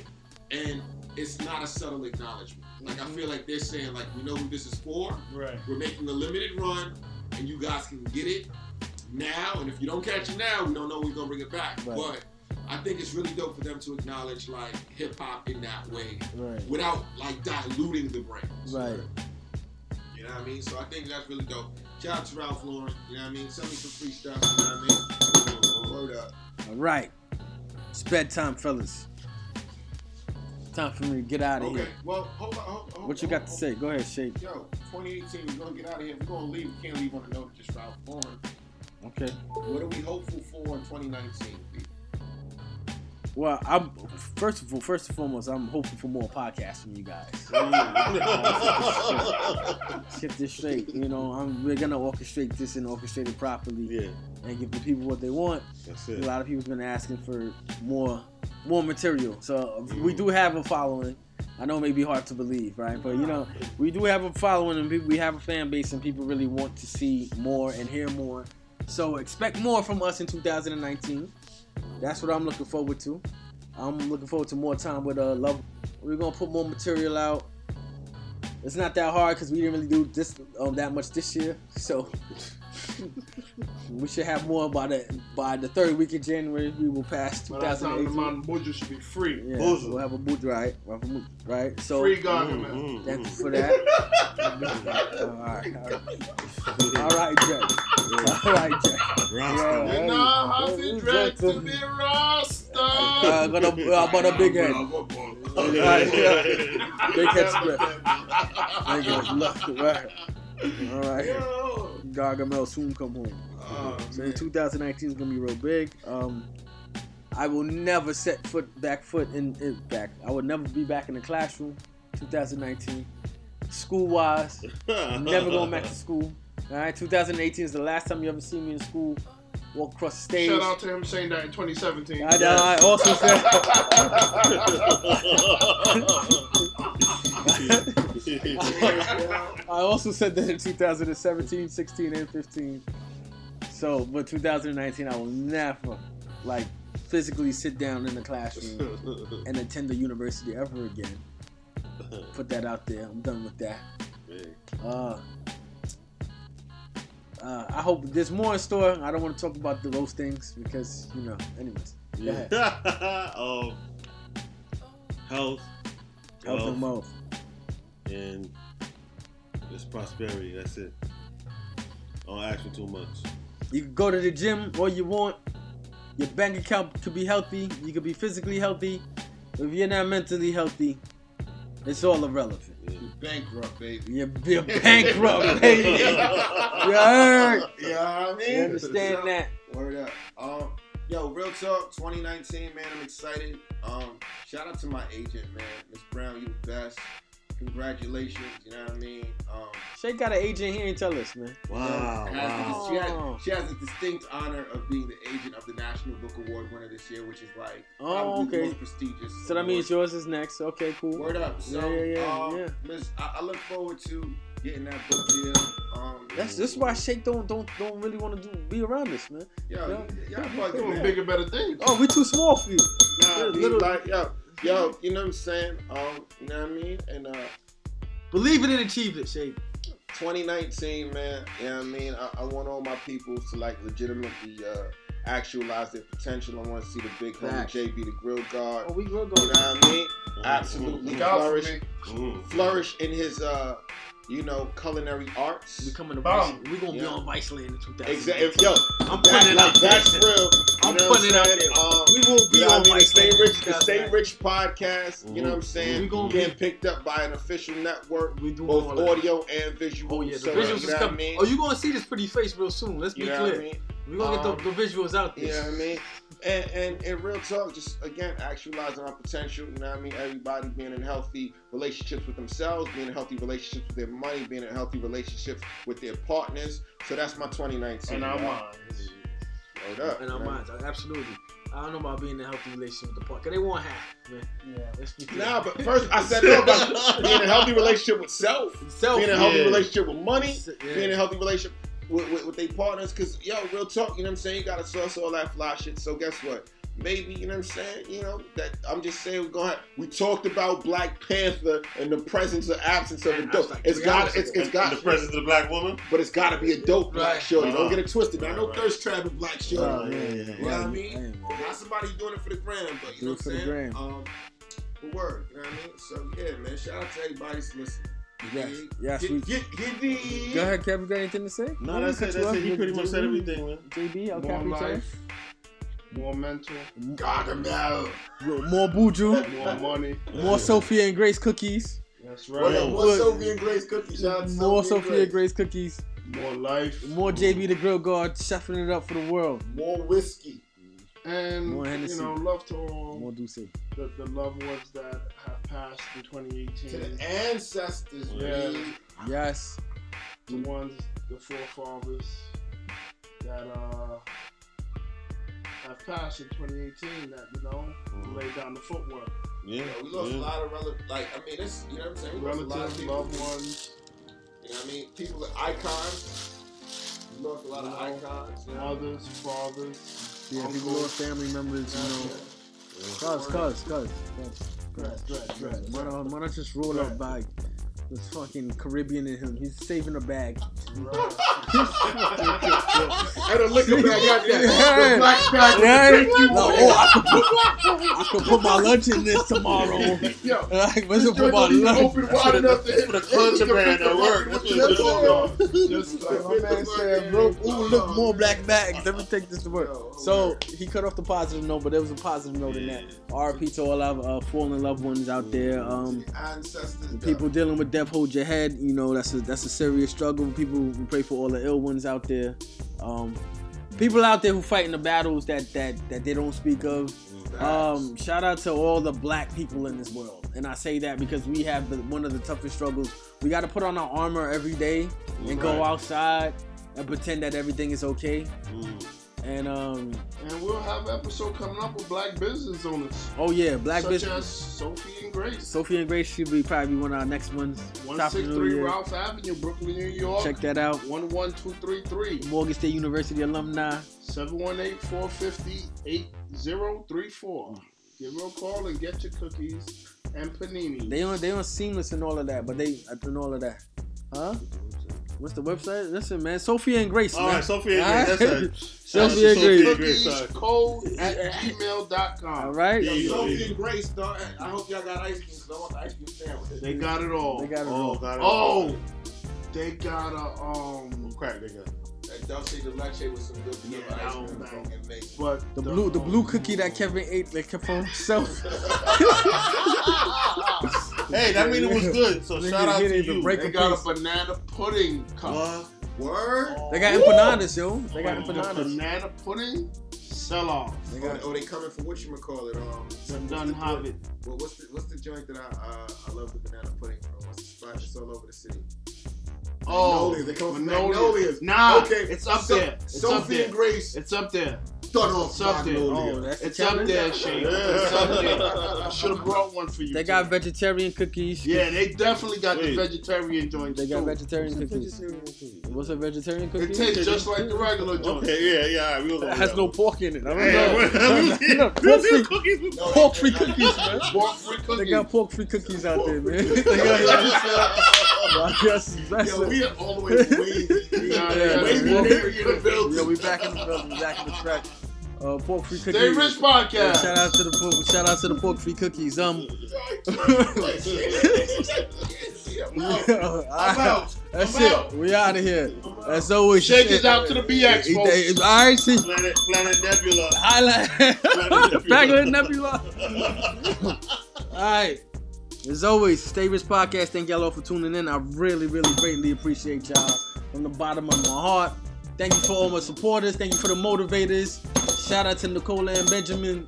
[SPEAKER 5] and it's not a subtle acknowledgement. Like
[SPEAKER 1] Mm-hmm.
[SPEAKER 5] I feel like they're saying like we know who this is for.
[SPEAKER 4] Right.
[SPEAKER 5] We're making a limited run, and you guys can get it now. And if you don't catch it now, we don't know when we're gonna bring it back.
[SPEAKER 2] Right.
[SPEAKER 5] But I think it's really dope for them to acknowledge like hip hop in that way
[SPEAKER 2] Right.
[SPEAKER 5] without like diluting the brand.
[SPEAKER 2] Right.
[SPEAKER 5] You know what I mean? So I think that's really dope. Shout out to Ralph Lauren. You know what I mean? Send me some free stuff. You know what I mean? Word up.
[SPEAKER 1] All right. It's bedtime, fellas. Time for me to get out of
[SPEAKER 5] Okay.
[SPEAKER 1] here.
[SPEAKER 5] Well, hold on. Hold, hold,
[SPEAKER 1] What you got to say? Go ahead, Shake.
[SPEAKER 5] Yo, 2018, we're gonna get out of here. We're gonna leave. We can't leave on a note of just Ralph Lauren.
[SPEAKER 1] Okay.
[SPEAKER 5] What are we hopeful for in 2019?
[SPEAKER 1] Well, I'm first of all, first and foremost, I'm hoping for more podcasts from you guys. Get this straight, you know. I'm, we're gonna orchestrate this and orchestrate it properly,
[SPEAKER 3] yeah,
[SPEAKER 1] and give the people what they want.
[SPEAKER 3] that's
[SPEAKER 1] A
[SPEAKER 3] it.
[SPEAKER 1] lot of people have been asking for more, more material. So we do have a following. I know it may be hard to believe, right? But you know, we do have a following, and people, we have a fan base, and people really want to see more and hear more. So expect more from us in 2019. That's what I'm looking forward to. I'm looking forward to more time with uh, love. We're gonna put more material out. It's not that hard because we didn't really do this um, that much this year, so we should have more by the by the third week of January. We will pass
[SPEAKER 4] By that time, the
[SPEAKER 1] 2018.
[SPEAKER 4] Mountain Mojo should be free.
[SPEAKER 1] Yeah,
[SPEAKER 3] Boozle.
[SPEAKER 1] we'll have a boot right, We'll have a boot, right? So
[SPEAKER 4] free Gargamel.
[SPEAKER 3] Mm, mm,
[SPEAKER 1] thank you
[SPEAKER 3] mm.
[SPEAKER 1] for that. all right, all right, all right, Jack. All right, Jack.
[SPEAKER 3] Rasta.
[SPEAKER 1] Yeah.
[SPEAKER 4] And now, how's it dread to be Rasta?
[SPEAKER 1] Uh, gonna, uh, about a big head, big head split. Nigga, left to right. All right.
[SPEAKER 5] Yo.
[SPEAKER 1] Gargamel soon come home.
[SPEAKER 4] uh,
[SPEAKER 5] Oh,
[SPEAKER 1] So
[SPEAKER 5] man.
[SPEAKER 1] 2019 is gonna be real big. Um, I will never set foot back foot in, in back. I will never be back in the classroom. 2019, school wise, I'm never going back to school. All right, 2018 is the last time you ever see me in school. Walk across the stage.
[SPEAKER 4] Shout out to him saying that in 2017.
[SPEAKER 1] I, know, I also said. I also said that in 2017, 16, and 15. So, but 2019, I will never, like, physically sit down in the classroom and attend the university ever again. Put that out there. I'm done with that. Uh, uh, I hope there's more in store. I don't want to talk about the, those things because, you know, anyways. Go ahead.
[SPEAKER 3] um, health,
[SPEAKER 1] Health and
[SPEAKER 3] wealth,
[SPEAKER 1] wealth.
[SPEAKER 3] and just prosperity. That's it. I don't ask for too much.
[SPEAKER 1] You can go to the gym all you want. Your bank account could be healthy. You could be physically healthy. If you're not mentally healthy, it's all irrelevant.
[SPEAKER 3] Yeah.
[SPEAKER 5] You're bankrupt, baby.
[SPEAKER 1] You're, you're bankrupt, baby. You heard?
[SPEAKER 5] You know what I mean?
[SPEAKER 1] You understand that?
[SPEAKER 5] Word up. Um, yo, real talk, 2019, man. I'm excited. Um, shout out to my agent, man, Miss Brown. You the best. Congratulations. You know what I mean? Um,
[SPEAKER 1] Shay got an agent here and tell us, man.
[SPEAKER 3] Wow, wow.
[SPEAKER 5] has Oh, the- she,
[SPEAKER 1] Oh.
[SPEAKER 5] has, she has a distinct honor of being the agent of the National Book Award winner this year, which is like
[SPEAKER 1] Oh,
[SPEAKER 5] probably the
[SPEAKER 1] okay.
[SPEAKER 5] most prestigious.
[SPEAKER 1] So that means
[SPEAKER 5] award.
[SPEAKER 1] yours is next. Okay, cool.
[SPEAKER 5] Word up. So,
[SPEAKER 1] Yeah, yeah, yeah,
[SPEAKER 5] um,
[SPEAKER 1] yeah.
[SPEAKER 5] Miss, I, I look forward to getting that book deal. Um,
[SPEAKER 1] That's this is why Shake don't don't don't really want to do be around us, man.
[SPEAKER 5] Yo, y- y'all fucking
[SPEAKER 4] Doing
[SPEAKER 5] man.
[SPEAKER 4] bigger, better things.
[SPEAKER 1] Oh, we too small for you.
[SPEAKER 5] Nah,
[SPEAKER 1] Good
[SPEAKER 5] we
[SPEAKER 1] little-
[SPEAKER 5] like yo, yo, you know what I'm saying? Um, you know what I mean? And uh,
[SPEAKER 2] Believe it and achieve it, Shake. 2019, man. You know what I mean? I, I want all my people to like legitimately uh, actualize their potential. I want to see the big homie
[SPEAKER 1] Facts.
[SPEAKER 2] JB, the grill guard.
[SPEAKER 5] Oh, we will
[SPEAKER 2] You
[SPEAKER 5] go.
[SPEAKER 2] know what I mean? Absolutely
[SPEAKER 8] Look
[SPEAKER 3] Mm, mm,
[SPEAKER 8] out for
[SPEAKER 2] flourish,
[SPEAKER 8] me.
[SPEAKER 3] mm.
[SPEAKER 2] flourish in his, uh, you know, culinary arts.
[SPEAKER 1] We coming to Vice.
[SPEAKER 8] Bomb.
[SPEAKER 1] We gonna be
[SPEAKER 2] Yeah.
[SPEAKER 1] on Viceland in 2000.
[SPEAKER 2] Exactly. Yo,
[SPEAKER 1] I'm putting
[SPEAKER 2] that,
[SPEAKER 1] it out
[SPEAKER 2] like,
[SPEAKER 1] there.
[SPEAKER 2] that's real. You
[SPEAKER 1] I'm
[SPEAKER 2] know what
[SPEAKER 1] putting it
[SPEAKER 2] I'm
[SPEAKER 1] out
[SPEAKER 2] saying? Um,
[SPEAKER 1] We will be
[SPEAKER 2] You know
[SPEAKER 1] on
[SPEAKER 2] what I mean? The Stay
[SPEAKER 1] Viceland.
[SPEAKER 2] Rich, the
[SPEAKER 1] 2000.
[SPEAKER 2] Stay Rich podcast. You know what I'm
[SPEAKER 1] We
[SPEAKER 3] Mhm.
[SPEAKER 2] saying?
[SPEAKER 1] gonna be.
[SPEAKER 2] Getting picked up by an official network,
[SPEAKER 1] We do
[SPEAKER 2] both
[SPEAKER 1] all that.
[SPEAKER 2] audio and visual.
[SPEAKER 1] Oh yeah, the visuals
[SPEAKER 2] So, you
[SPEAKER 1] is
[SPEAKER 2] know what I
[SPEAKER 1] coming.
[SPEAKER 2] mean?
[SPEAKER 1] Oh, you gonna see this pretty face real soon. Let's be
[SPEAKER 2] You know
[SPEAKER 1] clear.
[SPEAKER 2] what I mean?
[SPEAKER 1] We gonna get the,
[SPEAKER 2] Um,
[SPEAKER 1] the visuals out
[SPEAKER 2] You
[SPEAKER 1] there.
[SPEAKER 2] know what I mean? And, and and real talk, just again actualizing our potential. You know what I mean? Everybody being in healthy relationships with themselves, being in healthy relationships with their money, being in healthy relationships with their partners. So that's my 2019.
[SPEAKER 8] And our
[SPEAKER 2] y'all.
[SPEAKER 8] minds.
[SPEAKER 2] Word up,
[SPEAKER 1] in our
[SPEAKER 2] man.
[SPEAKER 1] minds, absolutely. I don't know about being in a healthy relationship with the partner. They want half, man.
[SPEAKER 8] Yeah.
[SPEAKER 1] Let's be clear.
[SPEAKER 2] Nah, but first I said no about being in a healthy relationship with self,
[SPEAKER 1] Self,
[SPEAKER 2] being in a healthy
[SPEAKER 8] Yeah.
[SPEAKER 2] relationship with money,
[SPEAKER 1] yeah.
[SPEAKER 2] being in a healthy relationship with, with, with their partners. Cause yo, real talk, you know what I'm saying? You gotta source all that fly shit. So guess what? Maybe, you know what I'm saying? You know, that I'm just saying we're gonna have, we talked about Black Panther and the presence or absence of
[SPEAKER 1] Man,
[SPEAKER 2] a
[SPEAKER 1] that's
[SPEAKER 2] dope.
[SPEAKER 1] like
[SPEAKER 2] it's
[SPEAKER 1] three
[SPEAKER 2] got
[SPEAKER 1] hours
[SPEAKER 2] it's
[SPEAKER 1] ago.
[SPEAKER 2] it's
[SPEAKER 3] And- and
[SPEAKER 2] got
[SPEAKER 3] the presence of the black woman.
[SPEAKER 2] but it's gotta be a dope black
[SPEAKER 1] Right.
[SPEAKER 2] shorty. Don't
[SPEAKER 3] Uh-huh.
[SPEAKER 2] get it twisted. Now no
[SPEAKER 3] Right, right.
[SPEAKER 2] thirst trap with black shorty.
[SPEAKER 1] Uh, yeah,
[SPEAKER 2] You know what I mean? Not somebody doing it for the gram, but you
[SPEAKER 1] Do it
[SPEAKER 2] know what I'm
[SPEAKER 1] for the
[SPEAKER 2] saying?
[SPEAKER 1] gram.
[SPEAKER 2] Um, but word, you know what I mean? So yeah, man, shout out to everybody that's listening.
[SPEAKER 1] Yes,
[SPEAKER 2] Dig?
[SPEAKER 1] yes,
[SPEAKER 2] Get-
[SPEAKER 1] we-
[SPEAKER 2] get- get the-
[SPEAKER 1] Go ahead, Kev. You got anything to say?
[SPEAKER 3] No, that's it. That's it. He pretty much said everything, man.
[SPEAKER 1] JB,
[SPEAKER 4] I'll cap each other. More mental,
[SPEAKER 2] Gargamel.
[SPEAKER 1] More Buju,
[SPEAKER 4] more money.
[SPEAKER 1] more Sophia and Grace cookies,
[SPEAKER 4] That's
[SPEAKER 2] What up?
[SPEAKER 4] right.
[SPEAKER 2] More
[SPEAKER 1] Look.
[SPEAKER 2] Sophie and Grace cookies. Shout out to
[SPEAKER 1] more
[SPEAKER 2] Sophie and
[SPEAKER 1] Sophia and Grace cookies,
[SPEAKER 4] More life.
[SPEAKER 1] more JB the grill guard, chefing it up for the world.
[SPEAKER 2] More whiskey.
[SPEAKER 4] And
[SPEAKER 1] More Hennessy.
[SPEAKER 4] you know, love to all
[SPEAKER 1] More Deuce.
[SPEAKER 4] the, the loved ones that have passed in
[SPEAKER 2] To
[SPEAKER 4] 2018.
[SPEAKER 2] the ancestors,
[SPEAKER 4] Yeah.
[SPEAKER 2] man.
[SPEAKER 1] Yes,
[SPEAKER 4] the ones, the forefathers that uh, have passed in 2018 that, you know, laid down the footwork.
[SPEAKER 3] Yeah.
[SPEAKER 2] You know, we lost
[SPEAKER 3] yeah.
[SPEAKER 2] a lot of relatives. Like, I mean, it's, you know what I'm saying? We lost a lot of
[SPEAKER 4] Relatives,
[SPEAKER 2] people.
[SPEAKER 4] loved ones,
[SPEAKER 2] You know what I mean? People that icons. We lost a lot of icons. You know?
[SPEAKER 4] mothers, fathers.
[SPEAKER 1] yeah, people,
[SPEAKER 4] Uncle.
[SPEAKER 1] lost family members, you know. Cuz, cuz, cuz, cuz.
[SPEAKER 4] Right, right, right.
[SPEAKER 1] Why not, why not just roll up by this fucking Caribbean in him? He's saving a bag.
[SPEAKER 2] And a liquor bag out there.
[SPEAKER 1] Yeah.
[SPEAKER 2] The black bag.
[SPEAKER 1] Yeah.
[SPEAKER 2] Thank you,
[SPEAKER 1] No,
[SPEAKER 2] boy.
[SPEAKER 1] oh, I could, put, I could put my lunch in this tomorrow.
[SPEAKER 2] Yo,
[SPEAKER 1] Like, what's
[SPEAKER 2] This
[SPEAKER 1] up
[SPEAKER 2] joint
[SPEAKER 1] with my
[SPEAKER 2] don't even
[SPEAKER 1] lunch?
[SPEAKER 2] open wide enough to hit
[SPEAKER 3] Put a culture brand at work. That's what it's called.
[SPEAKER 4] Just like
[SPEAKER 2] My man said,
[SPEAKER 1] Bro, ooh, look, more black bags. Let me take this to work. So he cut off the positive note, but there was a positive note in that. RP to all our uh, fallen loved ones out there. Um,
[SPEAKER 2] ancestors,
[SPEAKER 1] The people dealing with death, hold your head. You know that's a that's a serious struggle. People we pray for all the ill ones out there. Um, people out there who fighting the battles that that that they don't speak of. Um, shout out to all the black people in this world, and I say that because we have the, one of the toughest struggles. We got to put on our armor every day and go outside and pretend that everything is okay.
[SPEAKER 3] Mm.
[SPEAKER 1] And um,
[SPEAKER 4] And we'll have an episode coming up with black business owners.
[SPEAKER 1] oh yeah, black
[SPEAKER 4] such
[SPEAKER 1] business.
[SPEAKER 4] as Sophie and Grace.
[SPEAKER 1] Sophie and Grace should be probably one of our next ones. Top of the
[SPEAKER 4] 163
[SPEAKER 1] year.
[SPEAKER 4] Ralph Avenue, Brooklyn, New York.
[SPEAKER 1] Check that out.
[SPEAKER 4] 11233.
[SPEAKER 1] Morgan State University alumni.
[SPEAKER 4] 718 450 8034. Give her a call and get your cookies and panini.
[SPEAKER 1] They on they on seamless and all of that, but they and all of that. Huh? What's the website? Listen, man, Sophia and Grace,
[SPEAKER 3] All
[SPEAKER 1] man.
[SPEAKER 3] right, Sophia. Grace, That's
[SPEAKER 1] All right.
[SPEAKER 3] right. Shout out to
[SPEAKER 1] Sophia and Grace.
[SPEAKER 3] Sophia Grace.
[SPEAKER 4] cookies
[SPEAKER 3] sorry.
[SPEAKER 4] code at
[SPEAKER 1] All
[SPEAKER 4] gmail.com.
[SPEAKER 1] right,
[SPEAKER 3] Yeah.
[SPEAKER 2] Sophie and Grace, dog. I hope y'all got ice cream. 'cause I want the ice cream sandwich.
[SPEAKER 4] They got it all.
[SPEAKER 1] they got it.
[SPEAKER 3] Oh,
[SPEAKER 1] all.
[SPEAKER 3] God.
[SPEAKER 4] oh, they got a um,
[SPEAKER 3] Crack, nigga.
[SPEAKER 2] That Dolce de Leche with some good vanilla
[SPEAKER 4] Yeah,
[SPEAKER 2] ice
[SPEAKER 4] that
[SPEAKER 2] cream.
[SPEAKER 4] was
[SPEAKER 2] Don't get me.
[SPEAKER 4] but
[SPEAKER 1] The blue the blue
[SPEAKER 4] um,
[SPEAKER 1] cookie that Kevin ate that kept for himself.
[SPEAKER 3] Hey, that mean it was good. So
[SPEAKER 1] Nigga,
[SPEAKER 3] shout out
[SPEAKER 1] he
[SPEAKER 3] to
[SPEAKER 1] didn't even
[SPEAKER 3] you.
[SPEAKER 1] break
[SPEAKER 4] They
[SPEAKER 1] a
[SPEAKER 4] got
[SPEAKER 1] piece.
[SPEAKER 4] a banana pudding cup. Oh.
[SPEAKER 3] What?
[SPEAKER 2] Word?
[SPEAKER 1] They got empanadas, yo. They got
[SPEAKER 4] The
[SPEAKER 1] empanadas.
[SPEAKER 4] banana pudding sell off.
[SPEAKER 1] They
[SPEAKER 2] Or,
[SPEAKER 1] got
[SPEAKER 2] or they coming for what you call it? Um,
[SPEAKER 4] The done have it.
[SPEAKER 2] well, what's the what's the joint that I uh, I love the banana pudding from? What's the spot that's all over the city?
[SPEAKER 4] Oh,
[SPEAKER 2] Magnolias. They come from
[SPEAKER 4] Magnolias.
[SPEAKER 2] Magnolias.
[SPEAKER 4] Nah,
[SPEAKER 2] Okay,
[SPEAKER 4] it's up
[SPEAKER 2] So-
[SPEAKER 4] there. It's
[SPEAKER 2] Sophie
[SPEAKER 4] up there.
[SPEAKER 2] and Grace.
[SPEAKER 4] It's up there.
[SPEAKER 2] done off
[SPEAKER 4] something.
[SPEAKER 2] Magnolia.
[SPEAKER 4] Oh, that's
[SPEAKER 1] the
[SPEAKER 4] it's up
[SPEAKER 1] challenge?
[SPEAKER 4] there, Shane. It's up there. I should have brought one for you.
[SPEAKER 1] They got vegetarian cookies.
[SPEAKER 4] yeah, they definitely got
[SPEAKER 3] Wait.
[SPEAKER 4] the vegetarian joint.
[SPEAKER 1] They got
[SPEAKER 4] too.
[SPEAKER 1] vegetarian cookies. What's a vegetarian cookie?
[SPEAKER 4] It tastes just like the regular joint.
[SPEAKER 3] Okay, yeah, yeah, all right, we gonna
[SPEAKER 1] It has no pork in it. I don't
[SPEAKER 3] Yeah,
[SPEAKER 1] know.
[SPEAKER 3] we're- we're-
[SPEAKER 1] You know,
[SPEAKER 3] we're
[SPEAKER 1] pork
[SPEAKER 3] doing
[SPEAKER 1] free,
[SPEAKER 3] cookies with-
[SPEAKER 2] No,
[SPEAKER 1] pork
[SPEAKER 2] they-
[SPEAKER 1] free
[SPEAKER 2] they-
[SPEAKER 1] cookies, man.
[SPEAKER 4] Walk free
[SPEAKER 1] They
[SPEAKER 4] cookies.
[SPEAKER 1] got pork free cookies out there, man. They got- I guess that's
[SPEAKER 2] Yo,
[SPEAKER 1] it.
[SPEAKER 2] we are all the way from Wayne.
[SPEAKER 4] Nah,
[SPEAKER 1] Yeah,
[SPEAKER 4] they
[SPEAKER 1] man.
[SPEAKER 4] got walk free in the building.
[SPEAKER 1] Yo, we back in the building, we back in the track. Uh, pork free cookies.
[SPEAKER 4] Stay Rich
[SPEAKER 1] Yeah,
[SPEAKER 4] Podcast.
[SPEAKER 1] shout out to the pork, shout out to the pork free cookies. Um,
[SPEAKER 2] I'm out.
[SPEAKER 4] I'm out.
[SPEAKER 1] That's
[SPEAKER 4] I'm
[SPEAKER 1] it.
[SPEAKER 4] out.
[SPEAKER 1] We out of here. As always,
[SPEAKER 4] Shake
[SPEAKER 1] shit.
[SPEAKER 4] it out to the BX,
[SPEAKER 1] All
[SPEAKER 4] folks.
[SPEAKER 1] right, see.
[SPEAKER 3] Planet, Planet Nebula.
[SPEAKER 1] Highlight.
[SPEAKER 3] Nebula.
[SPEAKER 1] Back with Nebula. All right. As always, Stay Rich Podcast. Thank y'all all for tuning in. I really, really greatly appreciate y'all from the bottom of my heart. Thank you for all my supporters. Thank you for the motivators. Shout out to Nicola and Benjamin.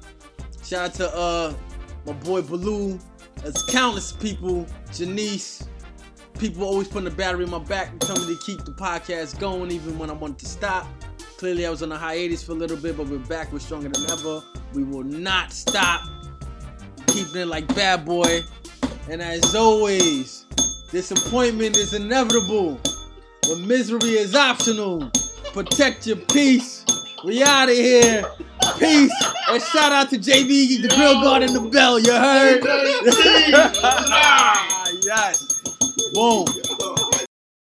[SPEAKER 1] Shout out to uh my boy Baloo. It's countless people. Janice. People always putting a battery in my back and telling me to keep the podcast going even when I wanted to stop. Clearly, I was on a hiatus for a little bit, but we're back. We're stronger than ever. We will not stop keeping it like bad boy. And as always, disappointment is inevitable, but misery is optional. Protect your peace. We out of here. Peace. And shout out to JB, the grill guard, and the bell. You heard?
[SPEAKER 4] Hey, hey, hey.
[SPEAKER 1] Ah, yes. Boom.
[SPEAKER 2] Yo.